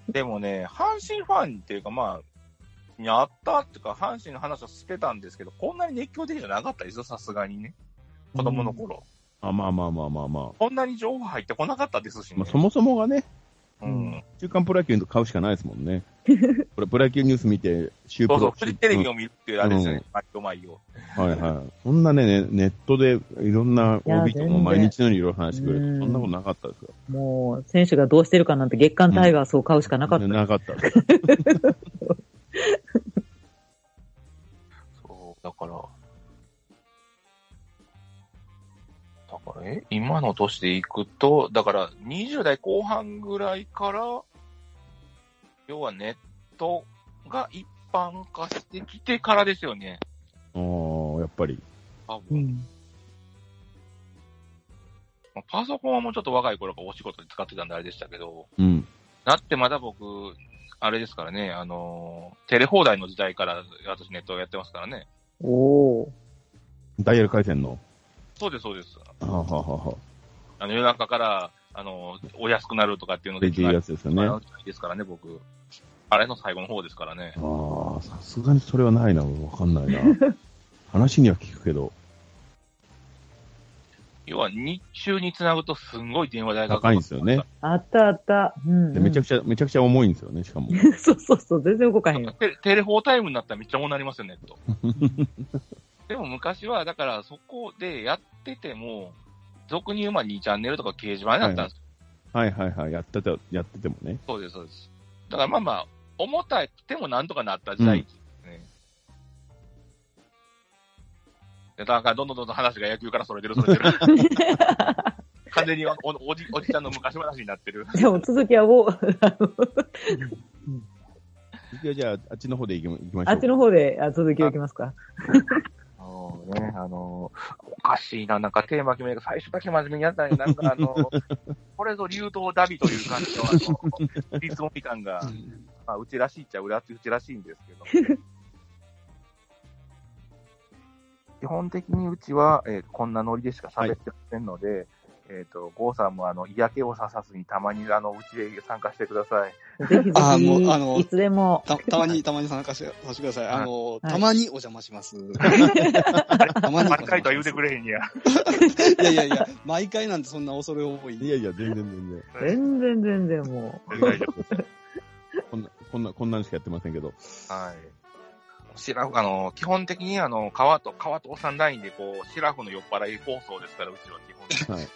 Speaker 4: ん。
Speaker 1: でもね、阪神ファンっていうか、まあ、にあったっていうか、阪神の話をしてたんですけど、こんなに熱狂的じゃなかったですよ、さすがにね。子供の頃。
Speaker 3: あまあまあまあまあま
Speaker 1: こんなに情報入ってこなかったですし
Speaker 3: あ。
Speaker 1: ね。
Speaker 3: まあ、そもそもがね、
Speaker 1: うん。
Speaker 3: 週刊プロ野球買うしかないですもん
Speaker 4: (laughs)
Speaker 3: ね。これプロ野球ニュース見て、週プ
Speaker 1: そう
Speaker 3: ロ。
Speaker 1: そう、フジテレビ
Speaker 3: うん
Speaker 1: を見るっていうあれですよ
Speaker 3: う
Speaker 1: ね
Speaker 3: ん。
Speaker 1: 毎度毎度。
Speaker 3: はいはい。そんなね、ねネットでいろんない
Speaker 4: や
Speaker 3: OB とも毎日のようにいろいろ話してくれ
Speaker 4: う
Speaker 3: る。
Speaker 4: ん
Speaker 3: そんなことなかったですよ。
Speaker 4: もう、選手がどうしてるかなんて月間タイガースを買うしかなかった。
Speaker 3: なかったです。
Speaker 1: そう、だから。だから、え今の年でいくと、だから20代後半ぐらいから、要はネットが一般化してきてからですよね。
Speaker 3: おーやっぱり。
Speaker 1: 多
Speaker 2: う
Speaker 1: 分。
Speaker 2: ん。
Speaker 1: まあパソコンはもうちょっと若い頃からお仕事で使ってたんであれでしたけど、
Speaker 3: うん。
Speaker 1: だってまだ僕、あれですからね、あのーテレ放題の時代から私ネットをやってますからね。
Speaker 2: おー
Speaker 3: ダイヤル回線の。
Speaker 1: そうです、そうです。
Speaker 3: はあ、はあはあはあ、
Speaker 1: あの、夜中から、あのーお安くなるとかっていうの
Speaker 3: で
Speaker 1: で、
Speaker 3: っていうやつですよね。
Speaker 1: あ
Speaker 3: あ
Speaker 1: の時代ですからね、僕。あれの最後の方ですからね。
Speaker 3: あ、さすがにそれはないな。俺わかんない
Speaker 4: (laughs)
Speaker 3: な。話には聞くけど、
Speaker 1: 要は日中につなぐとすんごい電話代が
Speaker 3: 高いんですよね。。
Speaker 4: あったあった。うん、
Speaker 3: で
Speaker 4: うん。
Speaker 3: めちゃくちゃ、めちゃくちゃ重いんですよね、しかも。
Speaker 4: (laughs) そうそうそう、全然動かへんよ。
Speaker 1: テレテレフォータイムになったらめっちゃ重なりますよね、と。でも昔は、だからそこでやってても、俗に言うまあ2チャンネルとか掲示板だったんですよ
Speaker 3: はいはいはい。やってた、やっててもね。
Speaker 1: そうです、そうです。だからまあまあ、重たくてもなんとかなった時代ですね。でだからどんどんどんどん話が野球からそれてる、それて (laughs) る。完全におおじおじちゃんの昔話になってる。
Speaker 4: でも続きはもう、あの
Speaker 3: 次はじゃあ、あっちの方で行きましょう。
Speaker 4: あっちの方であ続きをいきますか。
Speaker 1: そうね、あのー、おかしいな、なんかテーマ決める最初だけ真面目にやったのに、なんかあのー、これぞ流動ダビという感じの、あのー、リズム感が、まあ、うちらしいっちゃうらうちらしいんですけ (laughs) ど。基本的にうちは、えーこんなノリでしか喋ってませんので、えっ、と、郷さんもあの嫌気をささずにたまにあのうちへ参加してください。
Speaker 4: ぜひぜ
Speaker 2: あもうあの
Speaker 4: ひ、いつでも。
Speaker 2: たたまに、たまに参加してさせてください。あの、
Speaker 4: はい
Speaker 2: たまにお邪魔します。たまにお邪魔します。
Speaker 1: 毎回とは言うてくれへんにや。
Speaker 2: いやいやいや、毎回なんてそんな恐れ多い。
Speaker 3: いやいや、全然全然。
Speaker 4: 全然全然も
Speaker 1: 大丈夫。
Speaker 3: (laughs) こんな、こんな、こんなんしかやってませんけど。
Speaker 1: はい。シラフ、あの、基本的に、あの、川と、川とおさんラインで、こう、シラフの酔っ払い放送ですから、うちは基本的に。
Speaker 3: はい。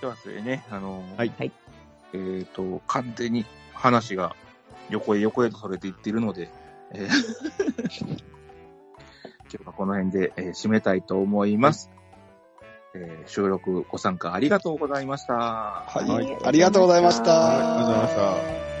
Speaker 1: では、それね、あの、
Speaker 3: はい
Speaker 4: はい。
Speaker 1: えっ、と、完全に話が横へ横へとそれていっているので、えー (laughs) 今日はこの辺で、えー締めたいと思います。えー収録ご参加ありがとうございました。
Speaker 2: は
Speaker 4: う。
Speaker 2: い。ありがとうございました。
Speaker 3: ありがとうございました。
Speaker 4: た。